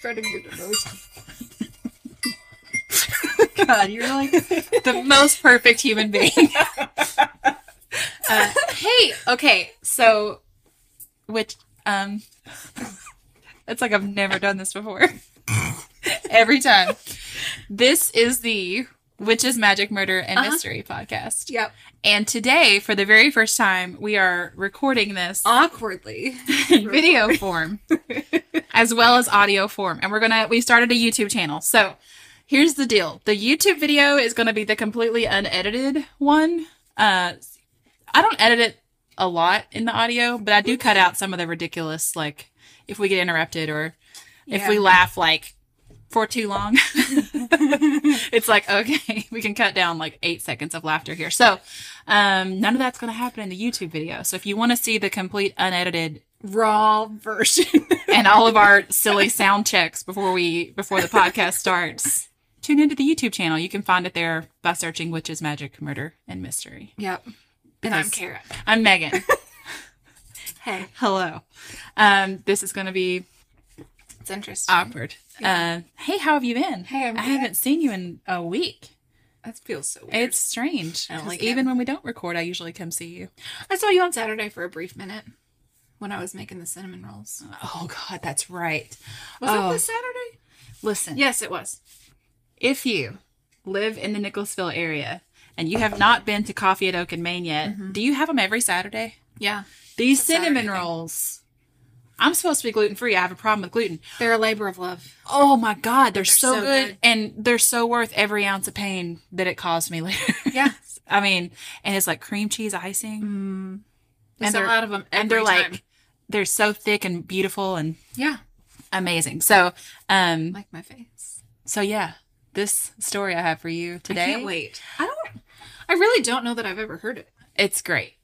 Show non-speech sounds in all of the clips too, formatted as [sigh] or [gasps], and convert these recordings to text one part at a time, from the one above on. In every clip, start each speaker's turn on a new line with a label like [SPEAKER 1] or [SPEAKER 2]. [SPEAKER 1] Try to get a [laughs] noise.
[SPEAKER 2] God, you're like the most perfect human being. uh, hey, okay, so which um, it's like I've never done this before. [laughs] Every time, this is the Witches, Magic, Murder, and
[SPEAKER 1] Uh-huh.
[SPEAKER 2] Mystery podcast,
[SPEAKER 1] Yep.
[SPEAKER 2] and today, for the very first time, we are recording this
[SPEAKER 1] Awkwardly.
[SPEAKER 2] in [laughs] video form as well as audio form and we're gonna we started a youtube channel so here's the deal the youtube video is gonna be the completely unedited one uh i don't edit it a lot in the audio but i do cut out some of the ridiculous like if we get interrupted or if we
[SPEAKER 1] Yeah.
[SPEAKER 2] laugh like for too long [laughs] it's like okay [laughs] we can cut down like eight seconds of laughter here so um none of that's going to happen in the youtube video so if you want to see the complete unedited
[SPEAKER 1] [laughs] Raw version.
[SPEAKER 2] and all of our silly sound checks before we before the podcast starts. Tune into the YouTube channel. You can find it there by searching Witches, Magic, Murder, and Mystery.
[SPEAKER 1] [laughs] yep. And I'm
[SPEAKER 2] Because-
[SPEAKER 1] Kara. [laughs]
[SPEAKER 2] I'm Megan.
[SPEAKER 1] Hey.
[SPEAKER 2] Hello. Um, this is going to be
[SPEAKER 1] It's interesting.
[SPEAKER 2] awkward. Uh, hey, how have you been?
[SPEAKER 1] Hey, I'm
[SPEAKER 2] I
[SPEAKER 1] good.
[SPEAKER 2] haven't seen you in a week.
[SPEAKER 1] that feels so weird.
[SPEAKER 2] It's strange.
[SPEAKER 1] I don't
[SPEAKER 2] 'cause
[SPEAKER 1] like it.
[SPEAKER 2] even when we don't record, I usually come see you.
[SPEAKER 1] I saw you on Saturday for a brief minute when I was making the cinnamon rolls.
[SPEAKER 2] Oh God, that's right.
[SPEAKER 1] Was
[SPEAKER 2] Oh.
[SPEAKER 1] it this Saturday?
[SPEAKER 2] Listen,
[SPEAKER 1] Yes, it was.
[SPEAKER 2] if you live in the Nicholsville area and you have not been to Coffee at Oak and Maine yet, do you have them every Saturday?
[SPEAKER 1] Yeah.
[SPEAKER 2] These
[SPEAKER 1] It's Mm-hmm. a Saturday
[SPEAKER 2] cinnamon
[SPEAKER 1] thing.
[SPEAKER 2] rolls. I'm supposed to be gluten free. I have a problem with gluten.
[SPEAKER 1] They're a labor of [laughs] love.
[SPEAKER 2] Oh my god, they're, so,
[SPEAKER 1] so
[SPEAKER 2] good.
[SPEAKER 1] good.
[SPEAKER 2] and they're so worth every ounce of pain that it caused me [laughs] later.
[SPEAKER 1] Yeah.
[SPEAKER 2] I mean, and it's like cream cheese icing,
[SPEAKER 1] There's
[SPEAKER 2] they're-
[SPEAKER 1] a lot of them.
[SPEAKER 2] and they're
[SPEAKER 1] Mm-hmm. every
[SPEAKER 2] like
[SPEAKER 1] time.
[SPEAKER 2] they're so thick and beautiful and
[SPEAKER 1] yeah,
[SPEAKER 2] amazing. So, um,
[SPEAKER 1] like my face.
[SPEAKER 2] so yeah, this story I have for you today.
[SPEAKER 1] I can't wait. I don't. I really don't know that I've ever heard it.
[SPEAKER 2] It's great.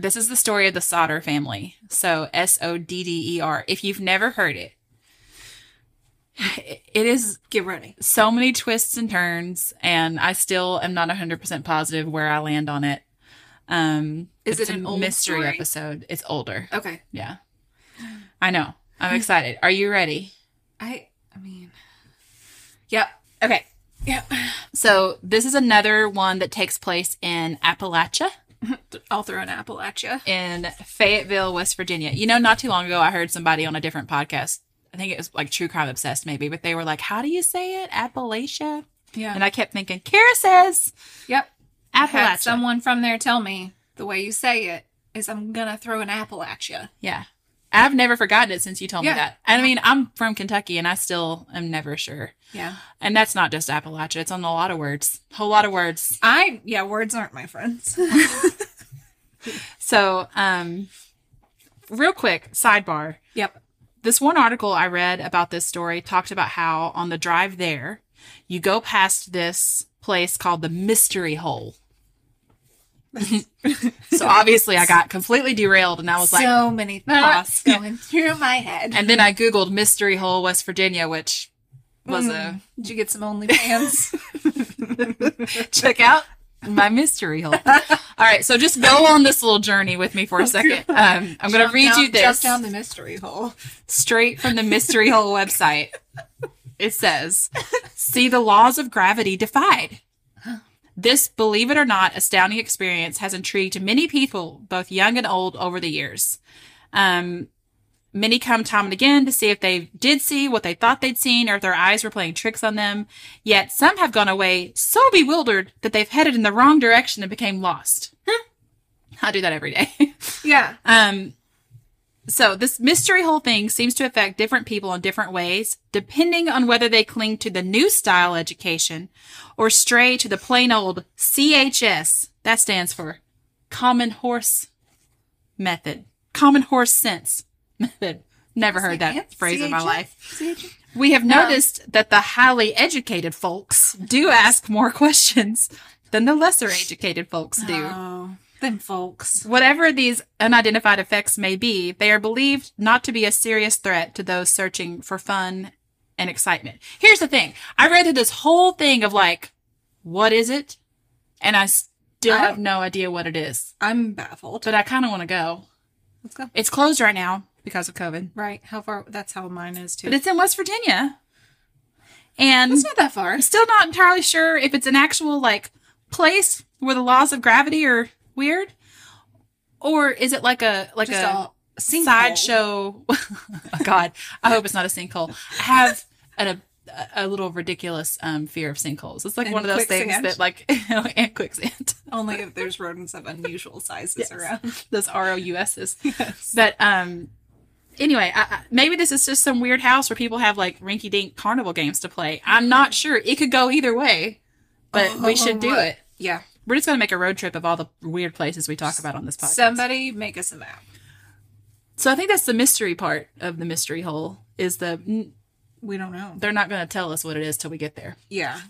[SPEAKER 2] This is the story of the Sodder family. So S O D D E R. If you've never heard it, [sighs] it is
[SPEAKER 1] Get ready.
[SPEAKER 2] so many twists and turns, and I still am not 100% positive where I land on it. Um,
[SPEAKER 1] Is
[SPEAKER 2] it's
[SPEAKER 1] it
[SPEAKER 2] a
[SPEAKER 1] an old
[SPEAKER 2] mystery
[SPEAKER 1] story?
[SPEAKER 2] episode? It's older.
[SPEAKER 1] Okay.
[SPEAKER 2] Yeah. I know. I'm excited. Are you ready?
[SPEAKER 1] I. I mean.
[SPEAKER 2] Yep. Okay.
[SPEAKER 1] Yep.
[SPEAKER 2] So this is another one that takes place in Appalachia
[SPEAKER 1] I'll throw an apple at you.
[SPEAKER 2] in Fayetteville, West Virginia. You know, not too long ago, I heard somebody on a different podcast. I think it was like True Crime Obsessed, maybe, but they were like, How do you say it? Appalachia?
[SPEAKER 1] Yeah.
[SPEAKER 2] And I kept thinking, Kara says
[SPEAKER 1] yep. Had
[SPEAKER 2] Appalachia.
[SPEAKER 1] someone from there tell me the way you say it is I'm gonna throw an apple at you.
[SPEAKER 2] Yeah. I've never forgotten it since you told
[SPEAKER 1] Yeah.
[SPEAKER 2] me that. And I mean, I'm from Kentucky and I still am never sure.
[SPEAKER 1] Yeah.
[SPEAKER 2] And that's not just Appalachia, it's on a lot of words, whole lot of words.
[SPEAKER 1] I. Yeah. Words aren't my
[SPEAKER 2] [laughs]
[SPEAKER 1] friends.
[SPEAKER 2] So, um, real quick sidebar.
[SPEAKER 1] yep.
[SPEAKER 2] This one article I read about this story talked about how on the drive there, you go past this place called the
[SPEAKER 1] [laughs]
[SPEAKER 2] Mystery Hole. so obviously, I got completely derailed and I was like,
[SPEAKER 1] so
[SPEAKER 2] [laughs]
[SPEAKER 1] many thoughts going through my head.
[SPEAKER 2] and then I Googled Mystery Hole, West Virginia, which was a
[SPEAKER 1] Did you get some
[SPEAKER 2] [laughs]
[SPEAKER 1] OnlyFans? Mm-hmm.
[SPEAKER 2] check out my mystery
[SPEAKER 1] [laughs]
[SPEAKER 2] hole. All right, so just go on this little journey with me for a second. Um, I'm
[SPEAKER 1] Oh,
[SPEAKER 2] going to
[SPEAKER 1] Jump
[SPEAKER 2] read
[SPEAKER 1] down-
[SPEAKER 2] you this
[SPEAKER 1] Jump down the mystery hole.
[SPEAKER 2] straight from the mystery hole website. It says, "See the laws of gravity defied." This, believe it or not, astounding experience has intrigued many people, both young and old, over the years. Um, many come time and again to see if they did see what they thought they'd seen or if their eyes were playing tricks on them. Yet some have gone away so bewildered that they've headed in the wrong direction and became lost. I do that every day. [laughs]
[SPEAKER 1] Yeah.
[SPEAKER 2] Um, so this mystery whole thing seems to affect different people in different ways, depending on whether they cling to the new style education or stray to the plain old CHS. That stands for Common Horse Method. Common Horse Sense [laughs] Method. Never heard that phrase in my life. We have noticed that the highly educated [laughs] folks do ask more questions than the lesser educated folks do.
[SPEAKER 1] Oh. Them folks.
[SPEAKER 2] Whatever these unidentified effects may be, they are believed not to be a serious threat to those searching for fun and excitement. Here's the thing. I read through this whole thing of like, what is it? And I still
[SPEAKER 1] I
[SPEAKER 2] have
[SPEAKER 1] don't-
[SPEAKER 2] no idea what it is,
[SPEAKER 1] I'm baffled.
[SPEAKER 2] but I kind of want to go.
[SPEAKER 1] Let's go.
[SPEAKER 2] It's closed right now because of COVID,
[SPEAKER 1] Right. How far? That's how mine is too.
[SPEAKER 2] but it's in West Virginia. And
[SPEAKER 1] it's not that far.
[SPEAKER 2] I'm still not entirely sure if it's an actual like place where the laws of gravity are weird or is it like a like
[SPEAKER 1] Just
[SPEAKER 2] a
[SPEAKER 1] a sinkhole.
[SPEAKER 2] sideshow. oh, [laughs] God, I hope it's not a sinkhole. I have an, a, a little ridiculous um, fear of sinkholes. It's like
[SPEAKER 1] And
[SPEAKER 2] one of those things
[SPEAKER 1] quicksand.
[SPEAKER 2] that, like, [laughs] and quicksand,
[SPEAKER 1] Only if there's rodents of unusual sizes
[SPEAKER 2] Yes.
[SPEAKER 1] around.
[SPEAKER 2] [laughs] those ROUSs.
[SPEAKER 1] Yes.
[SPEAKER 2] But um, anyway, I, I, maybe this is just some weird house where people have like rinky dink carnival games to play. I'm not sure. It could go either way, but we should do
[SPEAKER 1] Oh.
[SPEAKER 2] it.
[SPEAKER 1] Yeah.
[SPEAKER 2] We're just going to make a road trip of all the weird places we talk about on this podcast.
[SPEAKER 1] Somebody make us a map.
[SPEAKER 2] so I think that's the mystery part of the mystery hole is the
[SPEAKER 1] We don't know.
[SPEAKER 2] they're not going to tell us what it is till we get there.
[SPEAKER 1] Yeah.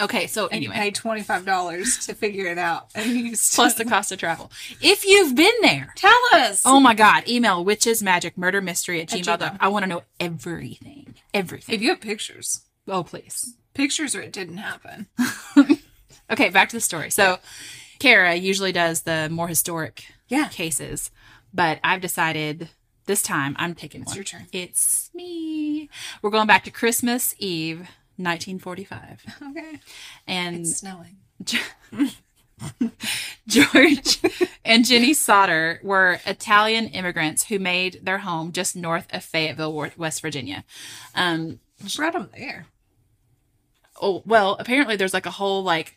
[SPEAKER 2] Okay, so
[SPEAKER 1] And you
[SPEAKER 2] anyway,
[SPEAKER 1] pay twenty five dollars to figure it out, and you
[SPEAKER 2] plus the cost of travel. If you've been there,
[SPEAKER 1] tell us.
[SPEAKER 2] oh my God, email witchesmagicmurdermystery at gmail.
[SPEAKER 1] gmail.
[SPEAKER 2] I want to know everything. Everything.
[SPEAKER 1] If you have pictures,
[SPEAKER 2] oh, please.
[SPEAKER 1] pictures or it didn't
[SPEAKER 2] [laughs]
[SPEAKER 1] happen.
[SPEAKER 2] Okay, back to the story. So, Kara usually does the more historic
[SPEAKER 1] Yeah.
[SPEAKER 2] cases, but I've decided this time I'm taking
[SPEAKER 1] It's
[SPEAKER 2] one.
[SPEAKER 1] your turn.
[SPEAKER 2] It's me. We're going back to Christmas Eve, 1945.
[SPEAKER 1] Okay.
[SPEAKER 2] And
[SPEAKER 1] It's snowing.
[SPEAKER 2] George and Jenny Sauter were Italian immigrants who made their home just north of Fayetteville, Wa- West Virginia. Um,
[SPEAKER 1] Brought them there.
[SPEAKER 2] oh, well, apparently there's like a whole like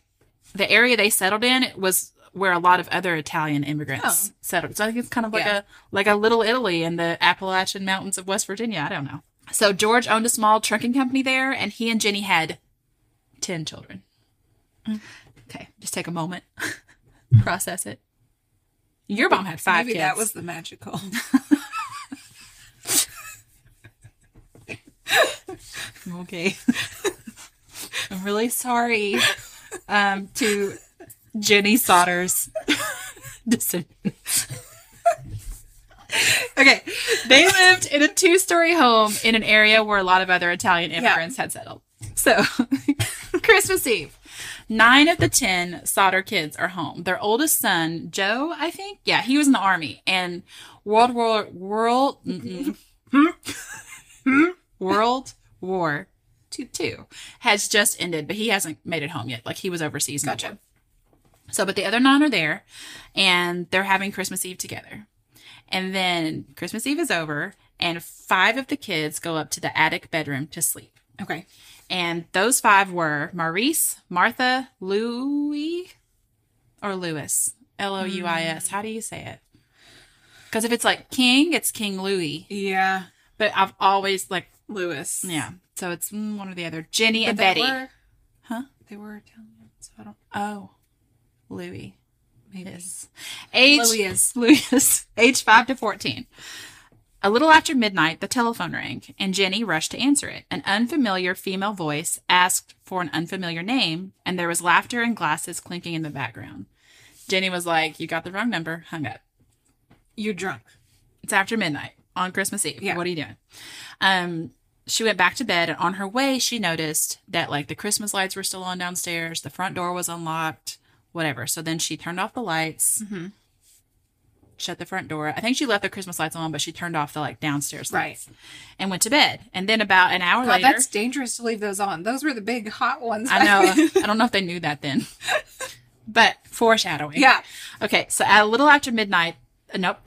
[SPEAKER 2] the area they settled in was where a lot of other Italian immigrants
[SPEAKER 1] Oh.
[SPEAKER 2] settled. So I think it's kind of like
[SPEAKER 1] Yeah.
[SPEAKER 2] a like a little Italy in the Appalachian Mountains of West Virginia. I don't know. So George owned a small trucking company there, and he and Jenny had ten children.
[SPEAKER 1] Mm.
[SPEAKER 2] Okay, just take a moment, [laughs] process it. Your mom had five
[SPEAKER 1] Maybe
[SPEAKER 2] kids.
[SPEAKER 1] that was the magical.
[SPEAKER 2] [laughs] Okay. [laughs] I'm really sorry um, to Jenny Sauter's [laughs] decision. okay. They lived in a two story home in an area where a lot of other Italian immigrants had settled. So, [laughs] Christmas Eve. Nine of the ten Sauter kids are home. Their oldest son, Joe, I think, yeah, he was in the army, and World War World mm-mm. World War Two Two has just ended, but he hasn't made it home yet. Like he was overseas. in the
[SPEAKER 1] Gotcha.
[SPEAKER 2] war. So, but the other nine are there, and they're having Christmas Eve together. And then Christmas Eve is over, and five of the kids go up to the attic bedroom to sleep.
[SPEAKER 1] Okay.
[SPEAKER 2] And those five were Maurice, Martha, Louis, or Lewis. L O U I S. How do you say it? Because if it's like King, it's King Louis.
[SPEAKER 1] Yeah.
[SPEAKER 2] But I've always like,
[SPEAKER 1] Lewis.
[SPEAKER 2] yeah. So it's mm, one or the other. Jenny
[SPEAKER 1] But
[SPEAKER 2] and
[SPEAKER 1] they
[SPEAKER 2] Betty.
[SPEAKER 1] were-
[SPEAKER 2] Huh?
[SPEAKER 1] They were Italian, so I don't
[SPEAKER 2] Oh, Louis.
[SPEAKER 1] maybe.
[SPEAKER 2] Yes. Age
[SPEAKER 1] Louis.
[SPEAKER 2] Louis, age five to fourteen. A little after midnight, the telephone rang, and Jenny rushed to answer it. An unfamiliar female voice asked for an unfamiliar name, and there was laughter and glasses clinking in the background. Jenny was like, "You got the wrong number." Hung up.
[SPEAKER 1] You're drunk.
[SPEAKER 2] It's after midnight on Christmas Eve.
[SPEAKER 1] Yeah.
[SPEAKER 2] What are you doing? Um, she went back to bed, and on her way, she noticed that like the Christmas lights were still on downstairs, the front door was unlocked, whatever. So then she turned off the lights,
[SPEAKER 1] Mhm.
[SPEAKER 2] shut the front door. I think she left the Christmas lights on, but she turned off the like downstairs
[SPEAKER 1] Right.
[SPEAKER 2] lights and went to bed. And then about an hour
[SPEAKER 1] God,
[SPEAKER 2] later,
[SPEAKER 1] that's dangerous to leave those on. Those were the big hot ones.
[SPEAKER 2] I know I don't know if they knew that then, but foreshadowing.
[SPEAKER 1] yeah.
[SPEAKER 2] Okay, so at a little after midnight, uh, nope.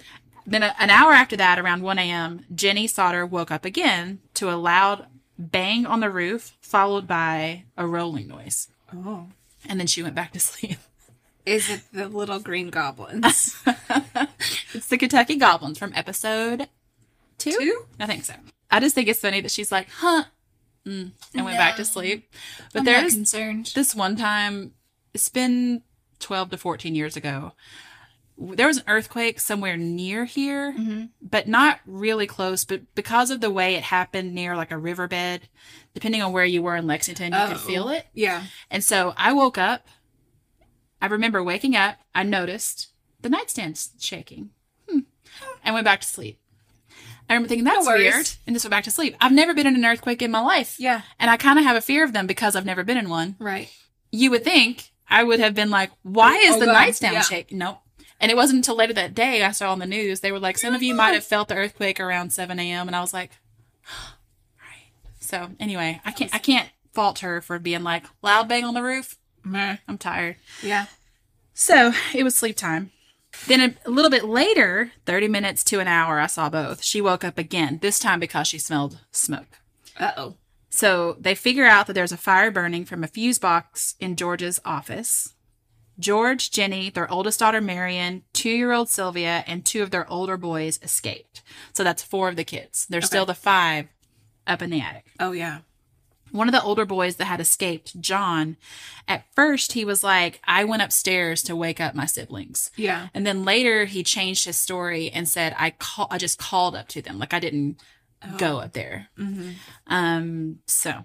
[SPEAKER 2] Then a, an hour after that, around 1 a.m., Jenny Sauter woke up again to a loud bang on the roof, followed by a rolling noise.
[SPEAKER 1] [laughs] Oh.
[SPEAKER 2] And then she went back to [laughs] sleep.
[SPEAKER 1] Is it the little green
[SPEAKER 2] [laughs]
[SPEAKER 1] goblins?
[SPEAKER 2] it's the Kentucky Goblins from episode two?
[SPEAKER 1] Two?
[SPEAKER 2] I think so. I just think it's funny that she's like, huh, mm, and went back to
[SPEAKER 1] No. Oh
[SPEAKER 2] sleep. But
[SPEAKER 1] I'm not
[SPEAKER 2] there's
[SPEAKER 1] concerned.
[SPEAKER 2] this one time it's been 12 to 14 years ago w- there was an earthquake somewhere near here
[SPEAKER 1] Mm-hmm.
[SPEAKER 2] but not really close but because of the way it happened near like a riverbed depending on where you were in lexington you could
[SPEAKER 1] Oh.
[SPEAKER 2] feel it
[SPEAKER 1] Yeah.
[SPEAKER 2] and so i woke up i remember waking up i noticed The nightstand's shaking. Hmm. I went back to sleep. I remember thinking, that's
[SPEAKER 1] worries.
[SPEAKER 2] weird. And just went back to sleep. I've never been in an earthquake in my life.
[SPEAKER 1] Yeah.
[SPEAKER 2] And I kind of have a fear of them because I've never been in one.
[SPEAKER 1] Right.
[SPEAKER 2] You would think I would have been like, why is
[SPEAKER 1] Oh,
[SPEAKER 2] the
[SPEAKER 1] God.
[SPEAKER 2] nightstand
[SPEAKER 1] Yeah.
[SPEAKER 2] shaking? Nope. And it wasn't until later that day I saw on the news, they were like, some of you might have felt the earthquake around 7 a.m. And I was like, [gasps] right. So anyway, I can't, I can't fault her for being like, loud bang on the roof.
[SPEAKER 1] Meh.
[SPEAKER 2] I'm tired.
[SPEAKER 1] Yeah.
[SPEAKER 2] So it was sleep time. Then a little bit later, 30 minutes to an hour, I saw both. She woke up again, this time because she smelled smoke.
[SPEAKER 1] Uh oh.
[SPEAKER 2] So they figure out that there's a fire burning from a fuse box in George's office. George, Jenny, their oldest daughter Marion, two year old Sylvia, and two of their older boys escaped. So that's four of the kids. There's still the five up in the attic.
[SPEAKER 1] Oh yeah.
[SPEAKER 2] One of the older boys that had escaped, John, at first he was like, I went upstairs to wake up my siblings.
[SPEAKER 1] Yeah.
[SPEAKER 2] And then later he changed his story and said, I call, I just called up to them. Like I didn't
[SPEAKER 1] Oh.
[SPEAKER 2] go up there.
[SPEAKER 1] Mm-hmm.
[SPEAKER 2] Um, so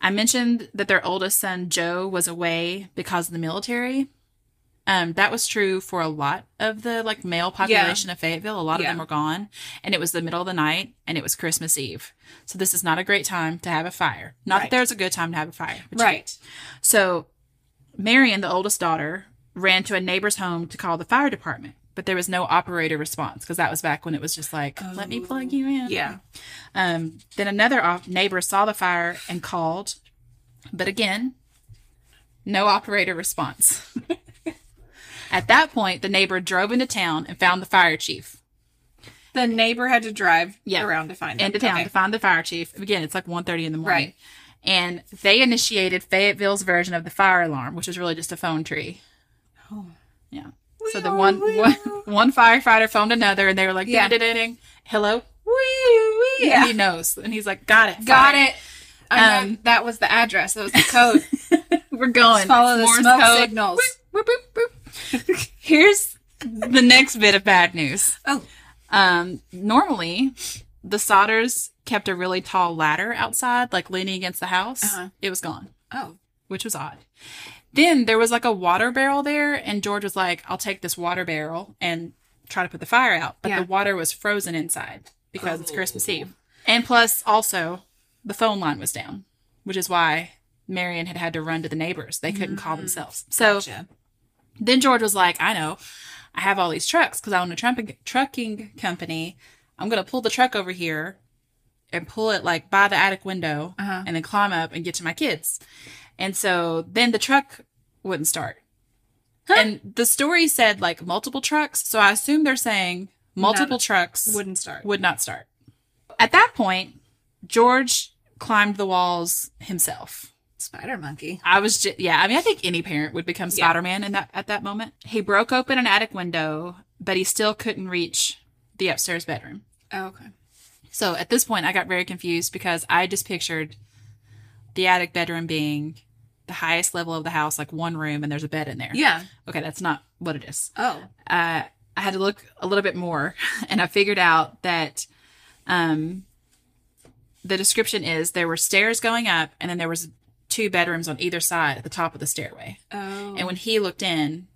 [SPEAKER 2] I mentioned that their oldest son, Joe, was away because of the military. Um, that was true for a lot of the like male population of Fayetteville. A lot of
[SPEAKER 1] Yeah.
[SPEAKER 2] them were gone and it was the middle of the night and it was Christmas Eve. So this is not a great time to have a fire. Not that
[SPEAKER 1] Right.
[SPEAKER 2] there's a good time to have a fire. but you
[SPEAKER 1] Right.
[SPEAKER 2] so, Marion, the oldest daughter, ran to a neighbor's home to call the fire department, but there was no operator response because that was back when it was just like, let me plug you in.
[SPEAKER 1] Yeah.
[SPEAKER 2] Um, then another off- neighbor saw the fire and called, but again, no operator response. [laughs] At that point, the neighbor drove into town and found the fire chief.
[SPEAKER 1] The neighbor had to drive
[SPEAKER 2] Yeah.
[SPEAKER 1] around to find
[SPEAKER 2] into
[SPEAKER 1] it.
[SPEAKER 2] town
[SPEAKER 1] Okay.
[SPEAKER 2] to find the fire chief. Again, it's like 1.30 in the morning.
[SPEAKER 1] Right.
[SPEAKER 2] And they initiated Fayetteville's version of the fire alarm, which is really just a phone tree.
[SPEAKER 1] Oh.
[SPEAKER 2] Yeah. So the
[SPEAKER 1] Wee-oo,
[SPEAKER 2] one, one,
[SPEAKER 1] wee-oo.
[SPEAKER 2] one firefighter phoned another and they were like,
[SPEAKER 1] Yeah.
[SPEAKER 2] "Ding-a-ding-a-ding. hello? Wee-oo, wee-oo."
[SPEAKER 1] Yeah.
[SPEAKER 2] And he knows. And he's like, got it.
[SPEAKER 1] Got
[SPEAKER 2] fire.
[SPEAKER 1] it. I know
[SPEAKER 2] Um,
[SPEAKER 1] that was the address. That was the code.
[SPEAKER 2] We're going.
[SPEAKER 1] Follow the
[SPEAKER 2] Morse
[SPEAKER 1] smoke
[SPEAKER 2] code.
[SPEAKER 1] signals.
[SPEAKER 2] Boop, boop, boop. [laughs] Here's the next bit of bad news.
[SPEAKER 1] [laughs] Oh.
[SPEAKER 2] Um, normally, the Sodders kept a really tall ladder outside, like leaning against the house.
[SPEAKER 1] Uh-huh.
[SPEAKER 2] It was gone,
[SPEAKER 1] Oh.
[SPEAKER 2] which was odd. Then there was like a water barrel there, and George was like, I'll take this water barrel and try to put the fire out. But
[SPEAKER 1] Yeah.
[SPEAKER 2] the water was frozen inside because it's
[SPEAKER 1] Oh.
[SPEAKER 2] Christmas Eve. And plus, also, the phone line was down, which is why Marion had had to run to the neighbors. They couldn't call
[SPEAKER 1] Mm-hmm.
[SPEAKER 2] themselves. So
[SPEAKER 1] Gotcha.
[SPEAKER 2] then George was like, I know, I have all these trucks because I own a trumping, trucking company. I'm going to pull the truck over here and pull it like by the attic window
[SPEAKER 1] Uh-huh.
[SPEAKER 2] and then climb up and get to my kids. And so then the truck wouldn't start. And the story said like multiple trucks. So I assume they're saying multiple trucks
[SPEAKER 1] Wouldn't start.
[SPEAKER 2] would not start. At that point, George climbed the walls himself.
[SPEAKER 1] Spider monkey.
[SPEAKER 2] I was just yeah. I mean, I think any parent would become
[SPEAKER 1] Yeah.
[SPEAKER 2] Spider Man in that at that moment. He broke open an attic window, but he still couldn't reach the upstairs bedroom.
[SPEAKER 1] Oh, okay.
[SPEAKER 2] So at this point, I got very confused because I just pictured the attic bedroom being the highest level of the house, like one room, and there's a bed in there.
[SPEAKER 1] Yeah.
[SPEAKER 2] Okay, that's not what it is
[SPEAKER 1] Oh.
[SPEAKER 2] uh, I had to look a little bit more, [laughs] and I figured out that um, the description is there were stairs going up, and then there was two bedrooms on either side at the top of the stairway.
[SPEAKER 1] Oh.
[SPEAKER 2] And when he looked in,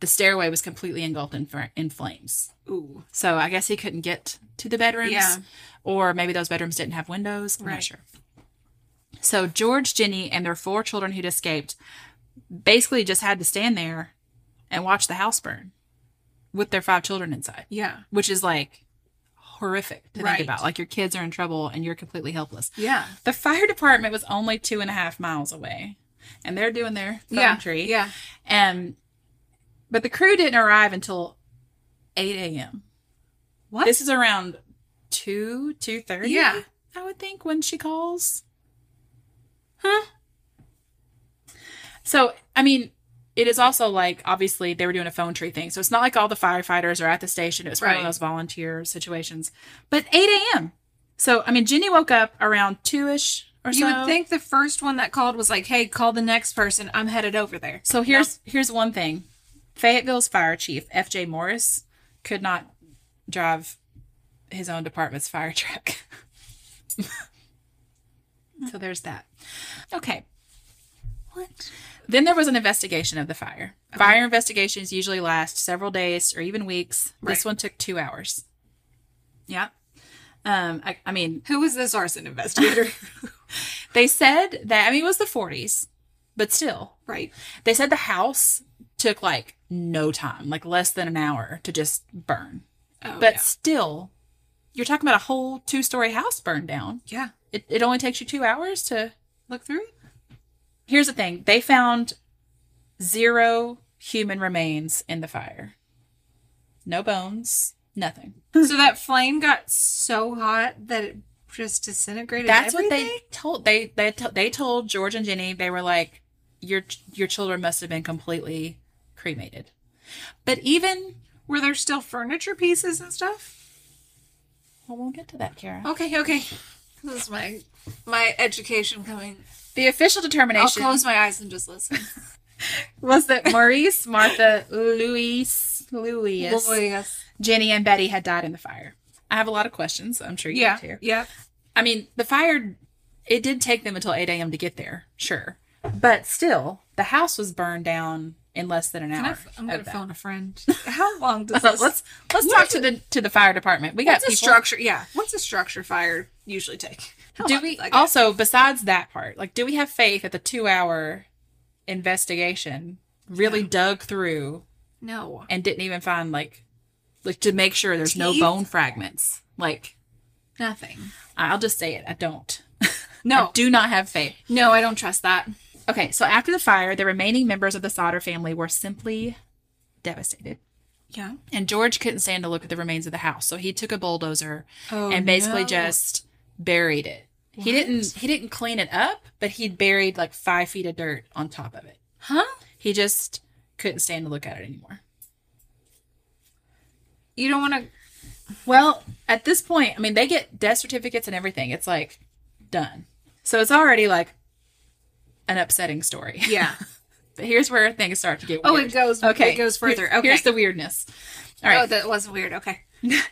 [SPEAKER 2] the stairway was completely engulfed in, fr- in flames.
[SPEAKER 1] Ooh.
[SPEAKER 2] So I guess he couldn't get to the bedrooms,
[SPEAKER 1] Yeah.
[SPEAKER 2] or maybe those bedrooms didn't have windows. I'm not
[SPEAKER 1] Right.
[SPEAKER 2] sure. So George, Jenny, and their four children who'd escaped basically just had to stand there and watch the house burn with their five children inside,
[SPEAKER 1] Yeah.
[SPEAKER 2] which is like horrific to
[SPEAKER 1] Right.
[SPEAKER 2] think about. Like your kids are in trouble and you're completely helpless.
[SPEAKER 1] Yeah.
[SPEAKER 2] The fire department was only two and a half miles away, and they're doing their phone
[SPEAKER 1] yeah.
[SPEAKER 2] tree.
[SPEAKER 1] Yeah.
[SPEAKER 2] Um, but the crew didn't arrive until 8 a.m.
[SPEAKER 1] What?
[SPEAKER 2] This is around 2, 2.30?
[SPEAKER 1] Yeah.
[SPEAKER 2] I would think when she calls. Huh? So, I mean, it is also like, obviously, they were doing a phone tree thing. So it's not like all the firefighters are at the station. It was one of
[SPEAKER 1] Right.
[SPEAKER 2] those volunteer situations. But 8 a.m. So, I mean, Jenny woke up around 2ish or
[SPEAKER 1] you
[SPEAKER 2] so.
[SPEAKER 1] would think the first one that called was like, "Hey, call the next person. I'm headed over there."
[SPEAKER 2] So here's here's one thing. Fayetteville's fire chief, F.J. Morris, could not drive his own department's fire [laughs] truck. so there's that. Okay.
[SPEAKER 1] What?
[SPEAKER 2] Then there was an investigation of the fire. Fire investigations usually last several days or even weeks. This
[SPEAKER 1] Right.
[SPEAKER 2] one took two hours. Yeah. Um, I, I mean,
[SPEAKER 1] Who was this arson investigator?
[SPEAKER 2] they said that, I mean, it was the 40s, but still,
[SPEAKER 1] [laughs] right.
[SPEAKER 2] they said the house took like no time, like less than an hour to just burn.
[SPEAKER 1] Oh,
[SPEAKER 2] but still, you're talking about a whole two story house burned down.
[SPEAKER 1] yeah. yeah.
[SPEAKER 2] It, it only takes you two hours to.
[SPEAKER 1] Look through it.
[SPEAKER 2] Here's the thing they found zero human remains in the fire, no bones, nothing.
[SPEAKER 1] so that flame got so hot that it just disintegrated.
[SPEAKER 2] That's what
[SPEAKER 1] everything?
[SPEAKER 2] they told they they to- they told George and Jenny they were like your your children must have been completely cremated. But even
[SPEAKER 1] were there still furniture pieces and stuff?
[SPEAKER 2] well, we'll get to that, Kara.
[SPEAKER 1] Okay, okay. This is my my education coming.
[SPEAKER 2] The official
[SPEAKER 1] I'll
[SPEAKER 2] determination
[SPEAKER 1] close my eyes and just listen.
[SPEAKER 2] was that Maurice, Martha, Louise, Louis,
[SPEAKER 1] Well, [laughs] yes.
[SPEAKER 2] Jenny, and Betty had died in the fire. I have a lot of questions. I'm sure you
[SPEAKER 1] Yeah.
[SPEAKER 2] do too.
[SPEAKER 1] Yeah.
[SPEAKER 2] I mean, the fire, it did take them until 8 a.m. to get there, sure. But still, the house was burned down in less than an
[SPEAKER 1] Can I
[SPEAKER 2] hour.
[SPEAKER 1] f- I'm gonna
[SPEAKER 2] of that.
[SPEAKER 1] phone a [laughs] friend. How long does
[SPEAKER 2] So
[SPEAKER 1] this?
[SPEAKER 2] let's let's talk to the to the fire department. We got
[SPEAKER 1] what's a
[SPEAKER 2] people-
[SPEAKER 1] structure? Yeah. What's a structure fire usually take? How
[SPEAKER 2] Do
[SPEAKER 1] long
[SPEAKER 2] we
[SPEAKER 1] does that go?
[SPEAKER 2] also besides that part, like, do we have faith that the two hour investigation really dug through
[SPEAKER 1] No.
[SPEAKER 2] and didn't even find like like to make sure there's no
[SPEAKER 1] Teeth?
[SPEAKER 2] bone fragments. Like
[SPEAKER 1] Nothing.
[SPEAKER 2] I'll just say it, I don't. [laughs] I
[SPEAKER 1] No.
[SPEAKER 2] do not have faith.
[SPEAKER 1] No, I don't trust that.
[SPEAKER 2] Okay, so after the fire, the remaining members of the Sauter family were simply devastated.
[SPEAKER 1] Yeah.
[SPEAKER 2] And George couldn't stand to look at the remains of the house, so he took a bulldozer
[SPEAKER 1] Oh,
[SPEAKER 2] and basically
[SPEAKER 1] no.
[SPEAKER 2] just buried it. He didn't he didn't clean it up, but he buried like five feet of dirt on top of it.
[SPEAKER 1] Huh?
[SPEAKER 2] He just couldn't stand to look at it anymore.
[SPEAKER 1] You don't want to.
[SPEAKER 2] Well, at this point, I mean, they get death certificates and everything. It's like done. So it's already like an upsetting story. [laughs]
[SPEAKER 1] Yeah.
[SPEAKER 2] But here's where things start to get
[SPEAKER 1] Oh,
[SPEAKER 2] weird.
[SPEAKER 1] it goes.
[SPEAKER 2] okay.
[SPEAKER 1] It goes further.
[SPEAKER 2] Here-
[SPEAKER 1] Okay.
[SPEAKER 2] Here's the weirdness. All
[SPEAKER 1] Oh,
[SPEAKER 2] right.
[SPEAKER 1] that was weird. Okay.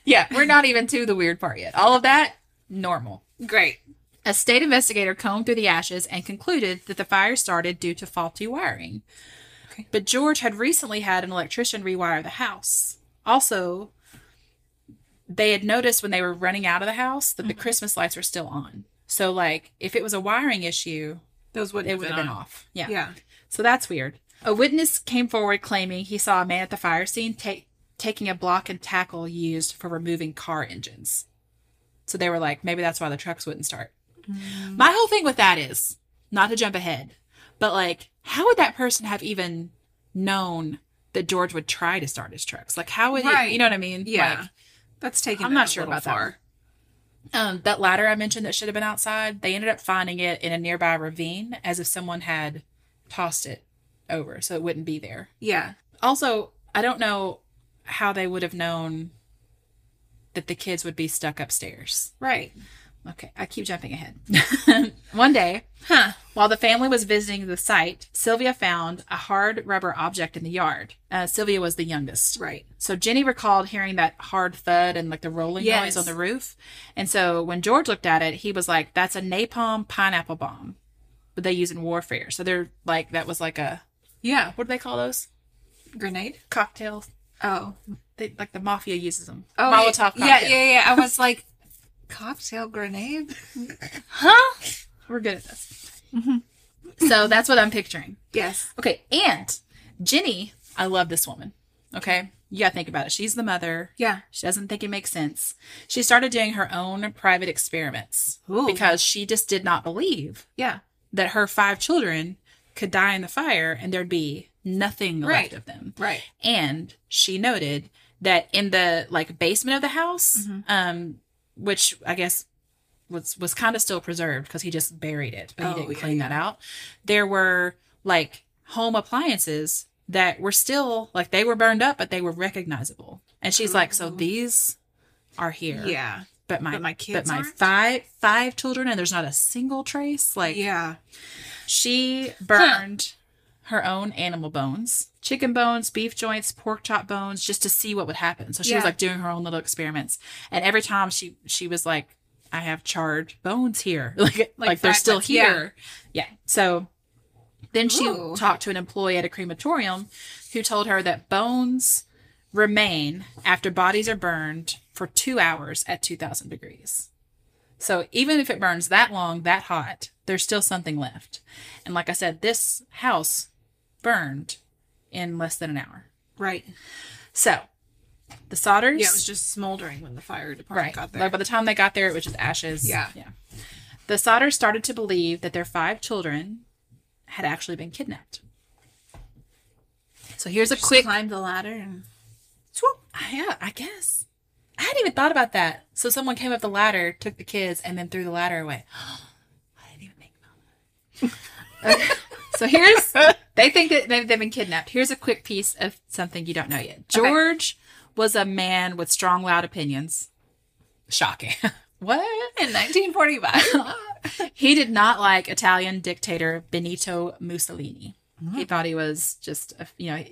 [SPEAKER 2] yeah, we're not even to the weird part yet. All of that, normal.
[SPEAKER 1] Great.
[SPEAKER 2] A state investigator combed through the ashes and concluded that the fire started due to faulty wiring.
[SPEAKER 1] Okay.
[SPEAKER 2] But George had recently had an electrician rewire the house. Also, they had noticed when they were running out of the house that the Christmas lights were still on. So, like, if it was a wiring issue,
[SPEAKER 1] Those would
[SPEAKER 2] it would have been off. Yeah.
[SPEAKER 1] Yeah.
[SPEAKER 2] So that's weird. A witness came forward claiming he saw a man at the fire scene take taking a block and tackle used for removing car engines. So they were like, maybe that's why the trucks wouldn't start.
[SPEAKER 1] Mm.
[SPEAKER 2] My whole thing with that is not to jump ahead, but like, how would that person have even known that George would try to start his trucks? Like, how would
[SPEAKER 1] Right.
[SPEAKER 2] he, you know what I mean?
[SPEAKER 1] Yeah.
[SPEAKER 2] Like,
[SPEAKER 1] That's taking.
[SPEAKER 2] I'm
[SPEAKER 1] it
[SPEAKER 2] not
[SPEAKER 1] a
[SPEAKER 2] sure
[SPEAKER 1] little
[SPEAKER 2] about that
[SPEAKER 1] far.
[SPEAKER 2] one. um, that ladder I mentioned that should have been outside, they ended up finding it in a nearby ravine as if someone had tossed it over so it wouldn't be there.
[SPEAKER 1] Yeah.
[SPEAKER 2] Also, I don't know how they would have known that the kids would be stuck upstairs.
[SPEAKER 1] Right.
[SPEAKER 2] Okay, I keep jumping ahead. [laughs] One day,
[SPEAKER 1] Huh.
[SPEAKER 2] while the family was visiting the site, Sylvia found a hard rubber object in the yard. Uh, Sylvia was the youngest.
[SPEAKER 1] Right.
[SPEAKER 2] So Jenny recalled hearing that hard thud and like the rolling
[SPEAKER 1] Yes.
[SPEAKER 2] noise on the roof. And so when George looked at it, he was like, that's a napalm pineapple bomb that they use in warfare. So they're like, that was like a,
[SPEAKER 1] Yeah.
[SPEAKER 2] what do they call those?
[SPEAKER 1] Grenade.
[SPEAKER 2] Cocktails.
[SPEAKER 1] Oh.
[SPEAKER 2] They, like the mafia uses them.
[SPEAKER 1] Oh.
[SPEAKER 2] Molotov cocktail.
[SPEAKER 1] Yeah. Yeah. Yeah. yeah. I was like, cocktail grenade.
[SPEAKER 2] Huh? We're good at this. Mm-hmm. So that's what I'm picturing.
[SPEAKER 1] Yes.
[SPEAKER 2] Okay, and Jenny, I love this woman. Okay, you gotta think about it. She's the mother.
[SPEAKER 1] Yeah.
[SPEAKER 2] She doesn't think it makes sense. She started doing her own private experiments
[SPEAKER 1] Ooh.
[SPEAKER 2] because she just did not believe
[SPEAKER 1] Yeah.
[SPEAKER 2] that her five children could die in the fire and there'd be nothing
[SPEAKER 1] Right.
[SPEAKER 2] left of them.
[SPEAKER 1] Right.
[SPEAKER 2] And she noted that in the like basement of the house,
[SPEAKER 1] Mm-hmm.
[SPEAKER 2] um, which I guess was was kind of still preserved because he just buried it, but
[SPEAKER 1] Oh,
[SPEAKER 2] he didn't
[SPEAKER 1] yeah,
[SPEAKER 2] clean that out. There were like home appliances that were still like they were burned up, but they were recognizable. And she's like, so these are here,
[SPEAKER 1] Yeah.
[SPEAKER 2] But my
[SPEAKER 1] but my kids
[SPEAKER 2] but my
[SPEAKER 1] aren't?
[SPEAKER 2] five five children, and there's not a single trace. Like,
[SPEAKER 1] Yeah.
[SPEAKER 2] she burned her own animal bones, chicken bones, beef joints, pork chop bones, just to see what would happen. So she was
[SPEAKER 1] Yeah.
[SPEAKER 2] like doing her own little experiments, and every time she she was like, "I [laughs] have charred bones here, like like, they're still
[SPEAKER 1] fragments, yeah.
[SPEAKER 2] here." Yeah. So Then she
[SPEAKER 1] Ooh.
[SPEAKER 2] talked to an employee at a crematorium who told her that bones remain after bodies are burned for two hours at 2,000 degrees. So even if it burns that long, that hot, there's still something left. And like I said, this house burned in less than an hour.
[SPEAKER 1] Right.
[SPEAKER 2] So the solders.
[SPEAKER 1] Yeah, it was just smoldering when the fire department
[SPEAKER 2] Right.
[SPEAKER 1] got there.
[SPEAKER 2] Like by the time they got there, it was just ashes.
[SPEAKER 1] Yeah.
[SPEAKER 2] Yeah. The Sodders started to believe that their five children had actually been kidnapped. So here's a
[SPEAKER 1] Just
[SPEAKER 2] quick.
[SPEAKER 1] climb the ladder and
[SPEAKER 2] Swoop. Yeah, I guess. I hadn't even thought about that. So someone came up the ladder, took the kids, and then threw the ladder away. [gasps] I didn't even think about that. Okay. [laughs] So here's they think that they've, they've been kidnapped. Here's a quick piece of something you don't know yet. George was a man with strong, loud opinions. Shocking. [laughs] what?
[SPEAKER 1] in 1945.
[SPEAKER 2] he did not like Italian dictator Benito Mussolini. He thought he was just a, you know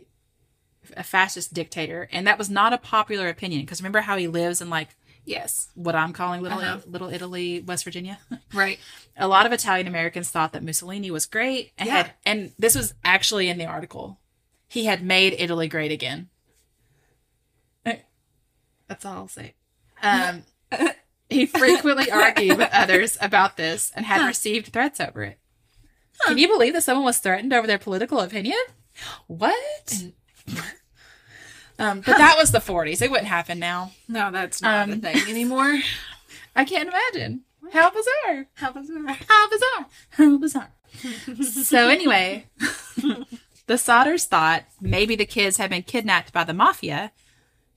[SPEAKER 2] a fascist dictator, and that was not a popular opinion. Because remember how he lives in like
[SPEAKER 1] [laughs] yes.
[SPEAKER 2] what I'm calling Little
[SPEAKER 1] Uh-huh.
[SPEAKER 2] Little Italy, West Virginia. [laughs]
[SPEAKER 1] Right.
[SPEAKER 2] a lot of Italian Americans thought that Mussolini was great, and
[SPEAKER 1] Yeah.
[SPEAKER 2] had, and this was actually in the article. He had made Italy great again. That's all I'll say. Um, he frequently [laughs] argued with others about this and had
[SPEAKER 1] Huh.
[SPEAKER 2] received threats over it. Can you believe that someone was threatened over their political opinion? What? um, but that was the 40s. It wouldn't happen now.
[SPEAKER 1] No, that's not
[SPEAKER 2] Um,
[SPEAKER 1] a thing
[SPEAKER 2] [laughs]
[SPEAKER 1] anymore.
[SPEAKER 2] I can't imagine. How bizarre.
[SPEAKER 1] How bizarre.
[SPEAKER 2] How bizarre. How bizarre. so [laughs] anyway, the Sodders thought maybe the kids had been kidnapped by the mafia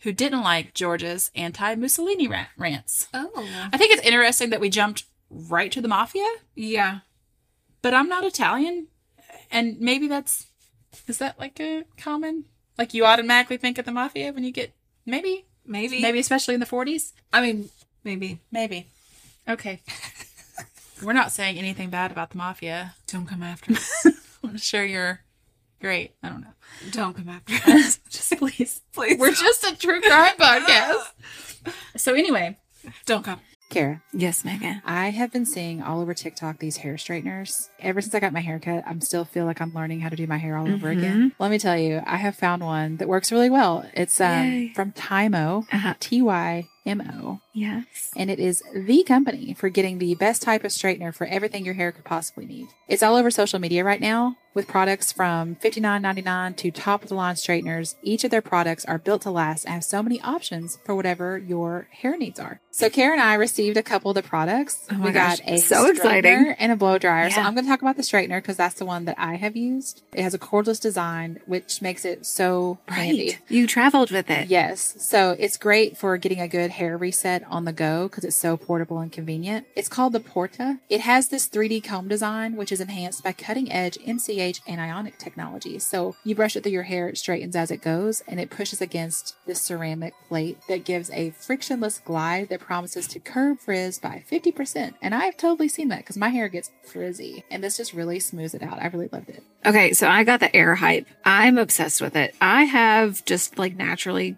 [SPEAKER 2] who didn't like George's anti-Mussolini rant- rants.
[SPEAKER 1] Oh.
[SPEAKER 2] I think it's interesting that we jumped right to the mafia,
[SPEAKER 1] Yeah.
[SPEAKER 2] but I'm not Italian and maybe that's is that like a common like you automatically think of the mafia when you get maybe
[SPEAKER 1] Maybe.
[SPEAKER 2] maybe especially in the 40s?
[SPEAKER 1] I mean, maybe.
[SPEAKER 2] Maybe. Okay. We're not saying anything bad about the mafia. [laughs]
[SPEAKER 1] Don't come after us.
[SPEAKER 3] [laughs]
[SPEAKER 2] I'm sure you're great. I don't know.
[SPEAKER 1] Don't
[SPEAKER 3] [laughs]
[SPEAKER 1] come after us.
[SPEAKER 2] just please.
[SPEAKER 1] Please.
[SPEAKER 2] We're just a true crime podcast. So anyway,
[SPEAKER 1] Don't come.
[SPEAKER 2] Kara,
[SPEAKER 1] Yes, Megan.
[SPEAKER 2] I have been seeing all over TikTok these hair straighteners. Ever since I got my hair cut, I'm still feel like I'm learning how to do my hair all over
[SPEAKER 1] Mm-hmm.
[SPEAKER 2] again. Let me tell you, I have found one that works really well. It's um,
[SPEAKER 3] Yay.
[SPEAKER 2] from Tymo,
[SPEAKER 3] Uh-huh.
[SPEAKER 2] T Y M O,
[SPEAKER 3] Yes.
[SPEAKER 2] and it is the company for getting the best type of straightener for everything your hair could possibly need. It's all over social media right now with products from $59.99 to top of the line straighteners. Each of their products are built to last and have so many options for whatever your hair needs are. So Karen and I received a couple of the products.
[SPEAKER 3] Oh my
[SPEAKER 2] we
[SPEAKER 3] gosh,
[SPEAKER 2] got a
[SPEAKER 3] so exciting.
[SPEAKER 2] straightener and a blow dryer. So
[SPEAKER 3] Yeah.
[SPEAKER 2] I'm going to talk about the straightener because that's the one that I have used. It has a cordless design, which makes it so handy.
[SPEAKER 3] Right. You traveled with it.
[SPEAKER 2] Yes. So it's great for getting a good hair reset on the go because it's so portable and convenient. It's called the Porta. It has this 3D comb design, which is enhanced by cutting edge MCH and ionic technology. So you brush it through your hair, it straightens as it goes, and it pushes against this ceramic plate that gives a frictionless glide that promises to curb frizz by 50%. And I've totally seen that because my hair gets frizzy, and this just really smooths it out. I really loved it.
[SPEAKER 3] Okay, so I got the air hype. I'm obsessed with it. I have just like naturally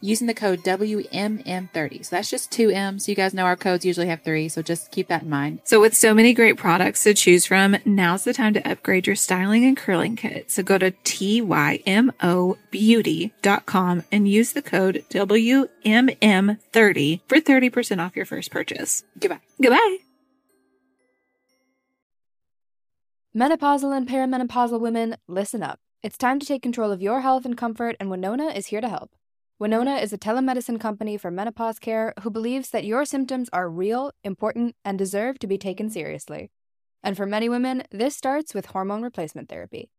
[SPEAKER 2] using the code WMM30. So that's just two M's. You guys know our codes usually have three, so just keep that in mind.
[SPEAKER 3] So with so many great products to choose from, now's the time to upgrade your styling and curling kit. So go to tymobeauty.com and use the code WMM30 for 30% off your first purchase.
[SPEAKER 2] Goodbye.
[SPEAKER 3] Goodbye.
[SPEAKER 4] Menopausal and perimenopausal women, listen up. It's time to take control of your health and comfort, and Winona is here to help. Winona is a telemedicine company for menopause care who believes that your symptoms are real, important, and deserve to be taken seriously. And for many women, this starts with hormone replacement therapy.